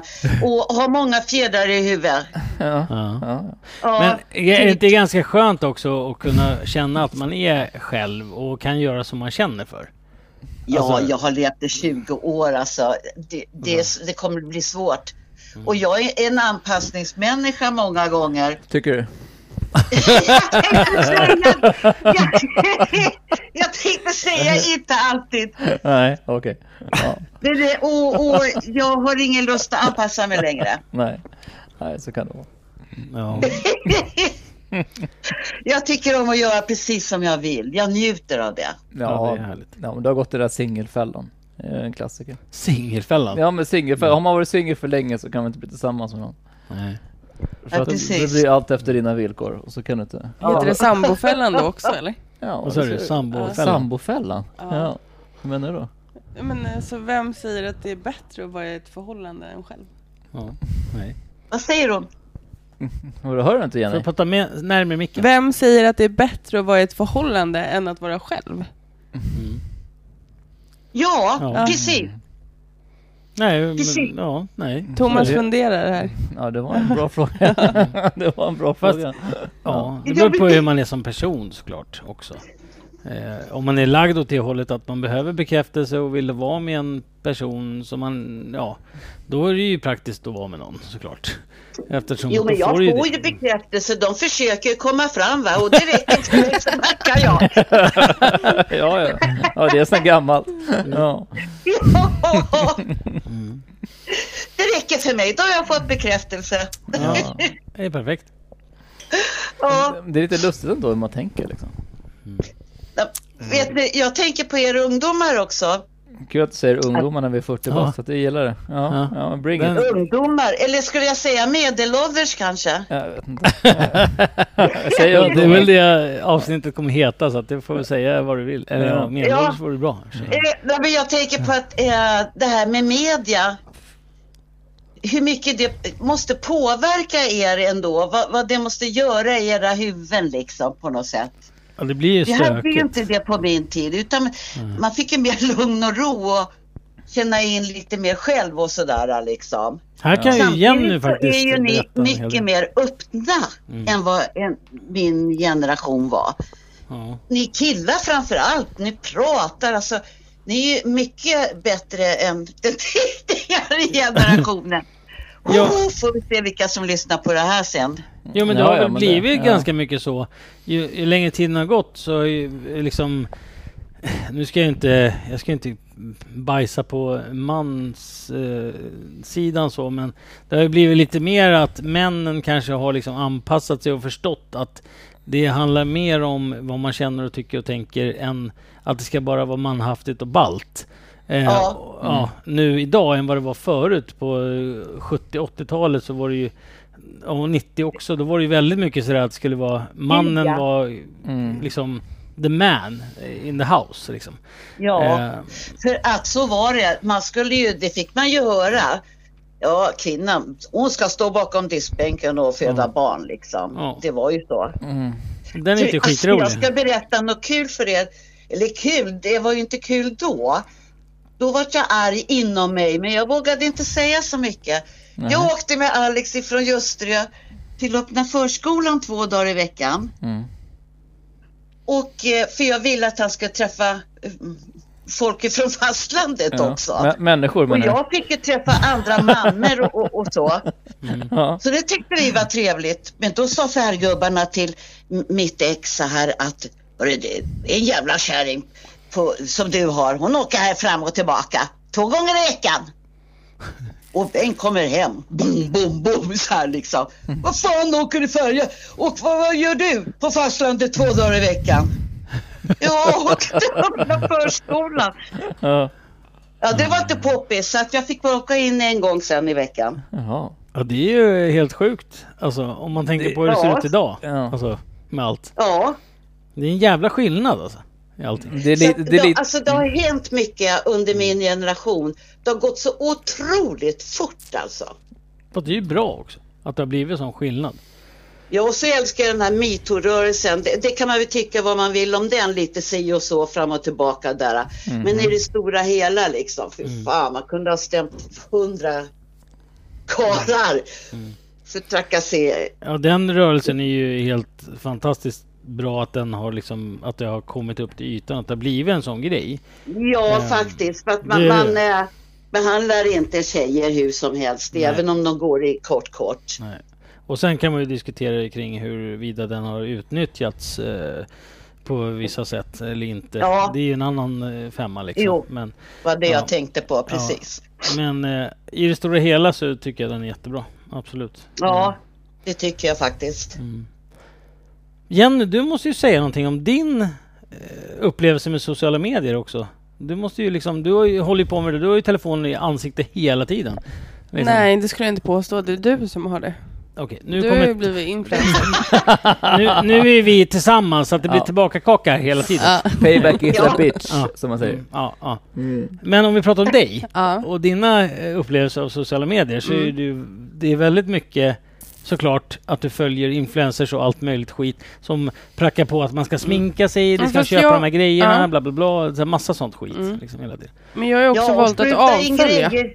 och har många fjädrar i huvudet.
Ja.
Ja.
Ja.
Ja,
Men är det inte ganska skönt också att kunna känna att man är själv och kan göra som man känner för?
ja
alltså-
jag har levt i 20 år alltså. Det, det, är- det kommer bli svårt.
Mm.
Och jag är en anpassningsmänniska många gånger.
Tycker du?
Jag tänkte säga, jag, jag tänkte
Mm.
säga inte alltid.
Nej, okej. Ja,
Men det, och, och jag har ingen lust att anpassa mig längre.
nej. nej, så kan det vara.
Ja.
Jag tycker om att göra precis som jag vill. Jag njuter av det.
Ja, det är härligt.
ja, men du har gått i den där singelfällan. Det är En klassiker.
Singelfällan?
Ja men singelfällan, har man varit singel för länge så kan man inte bli tillsammans med någon.
Nej.
För att det,
precis.
det blir allt efter dina villkor och så kan du inte...
Heter det sambofällan då också eller?
Ja,
Vad sa
det
du?
ser-
Sambofällan?
Sambofällan? Ja. ja. Vad menar du då?
Ja, Men alltså, vem säger att det är bättre att vara i ett förhållande än själv?
Ja. Nej.
Vad säger hon?
Men då hör du inte
Får
Jenny?
jag prata med, närmare micken?
Vem säger att det är bättre att vara i ett förhållande än att vara själv?
Ja,
Ja. Mm.
precis.
Nej, men,
Precis.
ja, nej.
Thomas
Så är Alltså, det.
funderar här.
Ja det var en bra fråga. det var en bra
Fast-
fråga.
Ja, det beror på hur man är som person såklart också. Eh, om man är lagd åt det hållet att man behöver bekräftelse och vill vara med en person som man, ja, då är det ju praktiskt att vara med någon såklart. Eftersom
Jo, men
då
jag
får du
får ju
det.
bekräftelse. De försöker komma fram va? och det räcker inte mig så backar jag.
ja, ja. ja det är så gammalt. Ja.
Ja. Det räcker för mig. Då har jag fått bekräftelse.
Ja.
Det är perfekt.
Ja.
Det är lite lustigt ändå hur man tänker liksom.
Vet ni, jag tänker på er ungdomar också.
Kul att du säger ungdomarna vid 40
Ja.
bast, att du gillar det. Ja,
Ja.
ja. men bring
Den-
it.
Ungdomar, eller skulle jag säga medelålders kanske?
Jag vet inte. Säg
Ja, det är
ungdomar.
väl det avsnittet kommer heta så att det får du säga vad du vill. Eller
Ja.
ja, medelålders vore bra.
Eh, nej, men jag tänker på att eh, det här med media, hur mycket det måste påverka er ändå, vad, vad det måste göra i era huvuden liksom på något sätt.
Ja, det blir ju
Vi hade ju
stökigt.
inte det på min tid utan
Mm.
man fick ju mer lugn och ro och känna in lite mer själv och sådär liksom.
Här kan ju Jenny
Samtidigt så är
faktiskt
ju ni
berätta en hel
mycket
del. Mm.
mer öppna än vad en, min generation var
Ja.
ni killar framför allt, ni pratar alltså. Ni är ju mycket bättre än den tidigare generationen.
Ja.
Oh, får vi se vilka som lyssnar på det här sen.
Jo men det
Ja,
har
ja,
väl
men det-
blivit
ja.
ganska mycket så. Ju, ju längre tiden har gått så är ju liksom... Nu ska jag inte, jag ska inte bajsa på manssidan eh, sidan så men det har ju blivit lite mer att männen kanske har liksom anpassat sig och förstått att det handlar mer om vad man känner och tycker och tänker än att det ska bara vara manhaftigt och balt. Eh,
Ja.
och- ja,
Mm.
nu idag än vad det var förut på eh, 70-80-talet så var det ju och 90 också, då var det ju väldigt mycket sådär att det skulle vara mannen
Ja.
var
Mm,
liksom the man in the house liksom.
Ja,
Eh,
för att så var det. Man skulle ju, det fick man ju höra. Ja, kvinnan, hon ska stå bakom diskbänken och föda barn liksom.
Ja.
Det var ju så.
mm,
den är inte
Alltså,
skitrolig.
Jag ska berätta något kul för er. Eller kul, det var ju inte kul då. Då var jag arg inom mig, men jag vågade inte säga så mycket. Jag åkte med Alex ifrån Ljusterö till öppna förskolan två dagar i veckan.
Mm.
Och, eh, för jag ville att han ska träffa eh, folk från fastlandet
Ja.
också.
Mä- Människor
Och
menar du?
jag fick ju träffa andra mammor och, och, och så.
Ja.
Så det tyckte vi var trevligt. Men då sa färggubbarna till m- mitt ex så här att "Hörru du, det är en jävla kärring på, som du har. Hon åker här fram och tillbaka två gånger i veckan. Och den kommer hem, boom, boom, boom, så här liksom. Vad fan åker du färja? Och vad, vad gör du på fastlandet två dagar i veckan? Ja, åkte till förskolan.
Ja.
Ja,
Mm.
det var inte poppis, så att jag fick bara åka in en gång sen i veckan.
Jaha.
Ja det är ju helt sjukt. Alltså om man tänker på hur det ser
Ja.
ut idag.
Ja.
Alltså med allt.
Ja.
Det är en jävla skillnad alltså. I allting.
Det är
Så
lite...
att
Det är
det-
lite...
Alltså det har hänt mycket under min generation. Det har gått så otroligt fort alltså.
Fast det är ju bra också. Att det har blivit sån skillnad.
Ja, och så älskar jag den här metoo-rörelsen. Det, det kan man väl tycka vad man vill om den, lite si och så fram och tillbaka där.
Mhm.
Men i det stora hela liksom, fy
Mm.
fan, man kunde ha stämt hundra karlar
Mm.
för trakasserier.
Ja, den rörelsen är ju helt fantastiskt bra att den har liksom, att det har kommit upp till ytan, att det har blivit en sån grej.
Ja, faktiskt, för att
Eh,
man,
det-
man eh, behandlar inte tjejer hur som helst,
Nej.
även om de går i kort kort.
Nej. Och sen kan man ju diskutera kring huruvida den har utnyttjats eh, på vissa sätt eller inte.
Ja.
Det är ju en annan eh, femma liksom.
Jo.
Men,
var det
Ja.
jag tänkte på, precis.
men eh, i det stora hela så tycker jag den är jättebra. Absolut. Mm.
Ja, det tycker jag faktiskt.
Jenny, du måste ju säga någonting om din eh, upplevelse med sociala medier också. Du måste ju liksom, du har ju, håller ju på med det, du har ju telefonen i ansiktet hela tiden. Liksom.
Nej, det skulle jag inte påstå. Det är du som har det.
Okej, nu,
du har ju
kommer,
blivit influencer.
nu, nu är vi tillsammans så att det blir
Ja.
tillbaka kaka hela tiden.
ja,
Payback is a
Ja.
bitch,
Ja.
som man säger.
Ja, ja.
Mm.
Men om vi pratar om dig
ja.
och dina eh, upplevelser av sociala medier så
Mm.
är du, det är väldigt mycket såklart att du följer influencers och allt möjligt skit som prackar på att man ska sminka sig, det
Men
ska
fast
köpa
jag-
de här grejerna,
ja.
bla bla bla, så här massa sånt skit.
Mm.
Liksom, hela tiden.
Men jag har ju också
Ja, och
valt att
spruta in
avfölja.
grejer.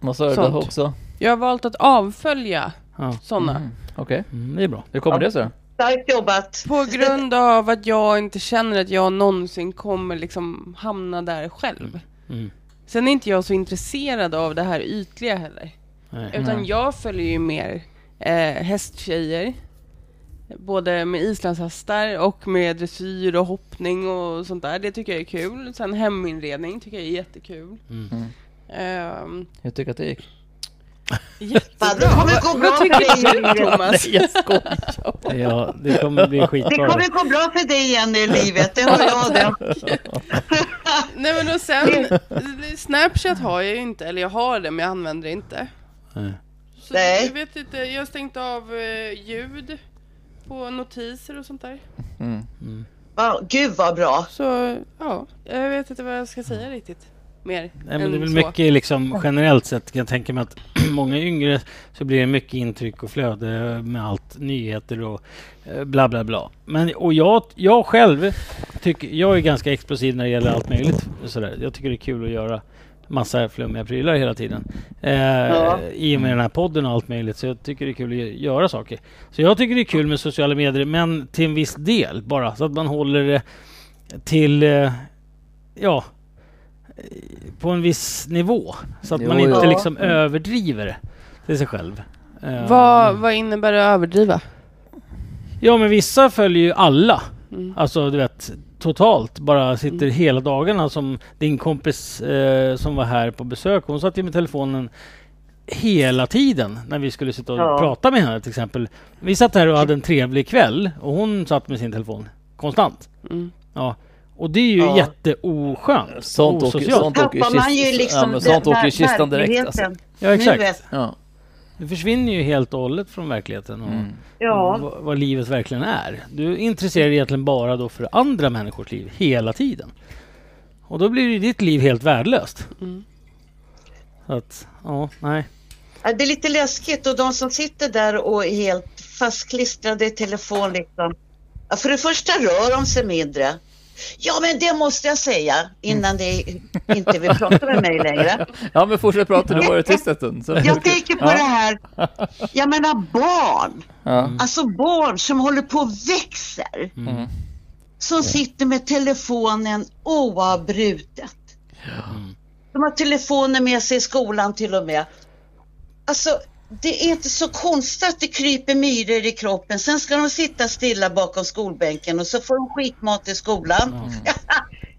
Vad sa du då
Sånt.
också?
Jag har valt att avfölja
Ja.
sådana.
Okej,
Mm, det är bra.
hur kommer
Ja.
det sig då?
Starkt jobbat.
På grund av att jag inte känner att jag någonsin kommer liksom hamna där själv.
Mm.
Sen är inte jag så intresserad av det här ytliga heller.
Nej.
Utan
Mm.
jag följer ju mer eh, hästtjejer. Både med islandshästar och med dressyr och hoppning och sånt där. Det tycker jag är kul. Sen heminredning tycker jag är jättekul.
Mm.
Mm.
Ehm,
Hur tycker du att det gick?
jättebra.
Fan, det kommer gå bra
Vad tycker
för
du
dig.
Thomas?
Jag skojar!
Ja, det kommer bli
Det
skitbra.
kommer gå bra för dig igen i livet, det har jag det.
Nej men och sen, Snapchat har jag ju inte, eller jag har det men jag använder det inte.
Nej.
Så
Nej.
jag vet inte, jag har stängt av eh, ljud på notiser och sånt där.
Mm.
Wow, gud vad bra.
Så ja, jag vet inte vad jag ska säga riktigt. Mer
Nej, men
än
det är väl
så.
mycket liksom, generellt sett kan jag tänka mig att många yngre så blir det mycket intryck och flöde med allt nyheter och eh, bla bla bla. Men och jag, jag själv tycker, jag är ganska explosiv när det gäller allt möjligt. och Sådär. Jag tycker det är kul att göra massa flummiga prylar hela tiden. Eh, I och med den här podden och allt möjligt så jag tycker det är kul att gö- göra saker. Så jag tycker det är kul med sociala medier men till en viss del bara så att man håller det till eh, ja, på en viss nivå. Så att
Jo, Mm.
man inte
jo.
liksom överdriver det till sig själv. Eh,
Vad, vad innebär det att överdriva?
Ja men vissa följer ju alla.
Mm.
Alltså du vet totalt bara sitter hela dagarna som din kompis eh, som var här på besök. Hon satt ju med telefonen hela tiden när vi skulle sitta och
Ja.
prata med henne till exempel. Vi satt här och hade en trevlig kväll och hon satt med sin telefon konstant.
Mm.
Ja. Och det är ju
Ja.
jätteoskönt.
Sånt åker
osocialt.
sånt åker i
Tappar man ju
kist- ja,
liksom
men sånt
den
åker i
här
kistan direkt alltså.
verkligheten.
Ja exakt.
Nuet.
Ja.
Du försvinner ju helt och hållet från verkligheten och
Mm.
Ja,
vad, vad livet verkligen är. Du intresserar dig egentligen bara då för andra människors liv hela tiden. Och då blir ju ditt liv helt värdelöst.
Mm.
Så att, ja, nej.
Ja, det är lite läskigt och de som sitter där och är helt fastklistrade i telefon liksom. Ja, för det första rör de sig mindre. Ja, men det måste jag säga innan ni inte vill prata med mig längre.
ja men fortsätt prata, du var ju tyst en stund. så-
Jag tänker på
Ja.
det här, jag menar barn.
Ja.
Alltså barn som håller på och växer.
Mm.
Som sitter med telefonen oavbrutet. De har telefoner med sig i skolan till och med. Alltså, det är inte så konstigt att det kryper myror i kroppen. Sen ska de sitta stilla bakom skolbänken och så får de skitmat i skolan.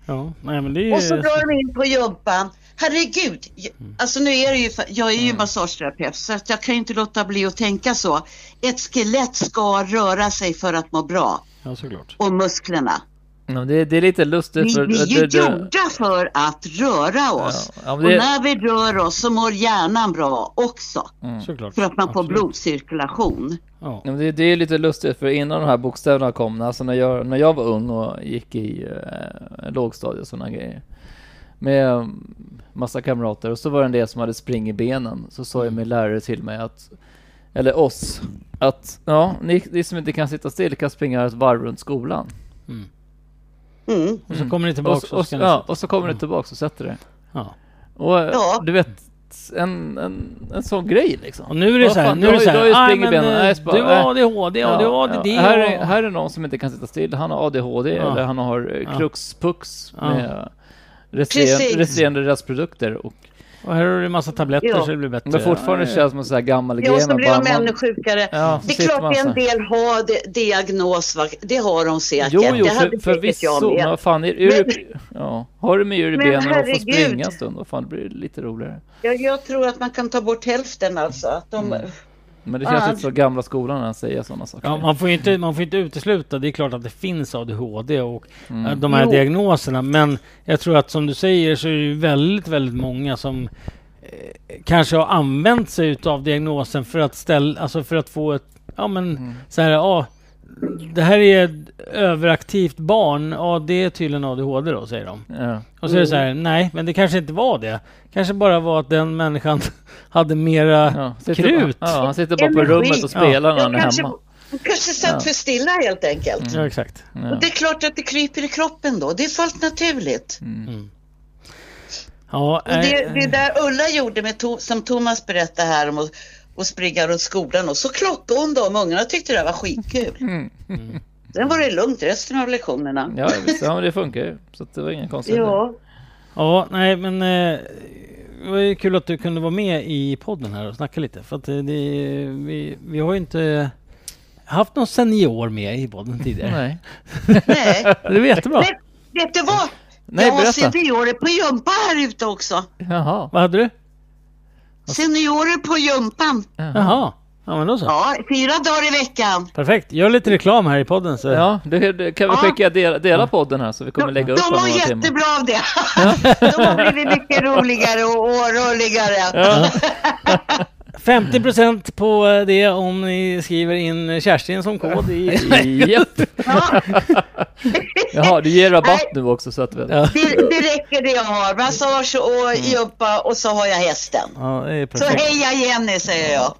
Ja, nej men det är Mm.
Och så
ju...
drar de in på jobban. Herregud, jag- alltså nu är det ju, jag är ju massageterapeut så att jag kan ju inte låta bli att tänka så. Ett skelett ska röra sig för att må bra
Ja, såklart.
och musklerna.
Ja, men det, det är lite lustigt
Vi,
för...
vi är
det-
ju
det-
gjorda för att röra oss.
Ja, ja, men
Och
det-
när vi rör oss så mår hjärnan bra också.
Mm.
Såklart.
För att man får
Absolut.
blodcirkulation.
Ja.
Ja, men det, det är lite lustigt för innan de här bokstäverna kom, alltså när jag, när jag var ung och gick i eh, lågstadiet och sådana grejer. Med eh, massa kamrater och så var det en del som hade spring i benen. Så sa ju min lärare till mig att eller oss, att ja, ni, ni som inte kan sitta still kan springa ett varv runt skolan.
Mm.
Och så kommer ni tillbaka
och, så-
och
och,
så
så-
kan
ja,
ni...
och så kommer du tillbaka och sätter dig.
Ja.
Och eh,
Ja.
du vet, en, en, en sån grej
Och
liksom.
nu är det
Vad
så här,
fan,
nu
du
är det
har ju-
så här,
du har
"Aj,
ju spring i
men,
benen."
eh,
Nej, spara-
du har ADHD och du har ADD
här,
och...
är, här är någon som inte kan sitta still. Han har ADHD
Ja.
eller han har eh,
Ja.
kruxpux
Ja.
med resterande,
Precis.
resterande restprodukter. Och,
Och här har du en massa tabletter
Ja.
så det blir bättre.
men fortfarande
Ja, ja.
känns det som en sån här gammal
Ja,
grej.
så
man
blir
bara-
de
man-
ännu sjukare.
Ja, så
det är
sitter man
klart
så
en
här.
del har de- diagnos, va? det har de säkert.
Jo, jo,
det hade
för,
säkert
förvisso. Men
jag med.
vad fan, är ur, ja. har du med ur i
Men
benen och får
herregud.
springa en stund, vad fan, det blir lite roligare.
Jag, jag tror att man kan ta bort hälften alltså. Att de,
Mm. Men det känns
Ja.
inte så gamla skolan när han säger sådana saker.
Ja, man får ju inte, man får inte utesluta. Det är klart att det finns ADHD och eh, de här
Jo.
diagnoserna. Men jag tror att som du säger så är det ju väldigt, väldigt många som eh, kanske har använt sig av diagnosen för att ställa, alltså för att få ett, ja men så här, ja, det här är ett överaktivt barn. Ja, det är tydligen ADHD då, säger de.
Ja.
Och så är det så här, nej, men det kanske inte var det. Kanske bara var att den människan hade mera
Ja, sitter
krut.
Bara, ja, han sitter bara på
Energi.
rummet och spelar när han
jag
är
kanske,
hemma.
kanske satt
Ja. Mm.
för stilla helt enkelt.
ja, exakt.
Ja.
Och det är klart att det kryper i kroppen då. Det är fullt naturligt.
Ja,
Och det,
eh,
det där Ulla gjorde med to, som Thomas berättade här om att och springa runt skolan och så klockade hon dem. Ungarna tyckte det här var skitkul. Sen var det lugnt resten av lektionerna.
Mm. Ja, visst, ja, men det funkar ju. Så att det var inga konstigheter.
Ja,
Ja, nej men eh, det var ju kul att du kunde vara med i podden här och snacka lite. För att eh, det, vi, vi har ju inte haft någon senior med i podden tidigare.
Nej.
nej.
Det var jättebra.
Vet, vet du vad?
Nej,
jag har
berätta.
seniorer på jumpa här ute också.
Jaha.
Vad hade du?
Seniorer på jumpan.
Jaha, ja men då så.
Ja, fyra dagar i veckan.
Perfekt, gör lite reklam här i podden så.
Ja, det, det, kan vi
Ja.
skicka dela, dela podden här så vi kommer lägga upp
De
den om
mår
några timmar.
jättebra av det. De har blivit mycket roligare och och rörligare.
50% på eh, det om ni skriver in Kerstin som kod i...
Japp.
Ja,
Jaha, du ger rabatt nu också så att vi...
Ja.
det, det räcker det jag har. Massage och
Mm.
jumpa och så har jag hästen.
Ja, det är
Så
perfekt.
heja Jenny säger jag.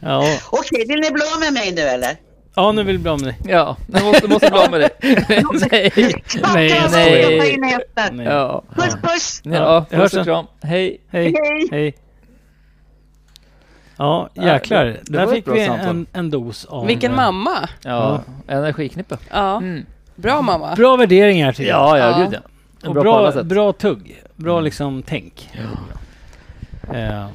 Ja,
Okej, vill ni bli av med mig nu eller?
ja nu vill vi bli av med dig.
Ja, du måste, måste bli av med det. Nej.
Nej,
jag ska
nej.
köpa in hästen.
Nej.
Ja.
Puss puss!
Ja,
jag hörs
puss
sen.
och kram. Hej.
Hej.
Hej.
Hej. Ja, jäklar.
det- det
Där
var ett
fick
bra
vi
samtal.
en, en dos av... eh,
Vilken mamma.
Ja, energiknippe.
Ja. Bra mamma.
Mm. Bra värderingar tycker jag.
Ja, ja,
Ja.
gud ja.
Och
Bra, på alla
bra,
sätt. Mm.
bra tugg. Bra liksom tänk. Eh,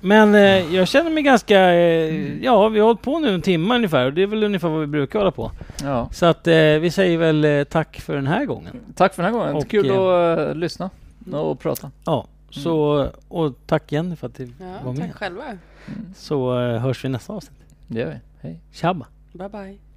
Men eh, jag känner mig ganska... Eh, ja, vi har hållit på nu en timme ungefär och det är väl ungefär vad vi brukar hålla på.
Ja.
Så att eh, vi säger väl eh, tack för den här gången.
Tack för den här gången.
Och,
Kul
eh,
att eh, lyssna och prata.
Ja, så...
Mm.
Och tack Jenny för att du var
Ja,
med.
tack själva.
Så eh, hörs vi nästa avsnitt.
Det gör vi. Hej.
Tjabba!
Bye bye.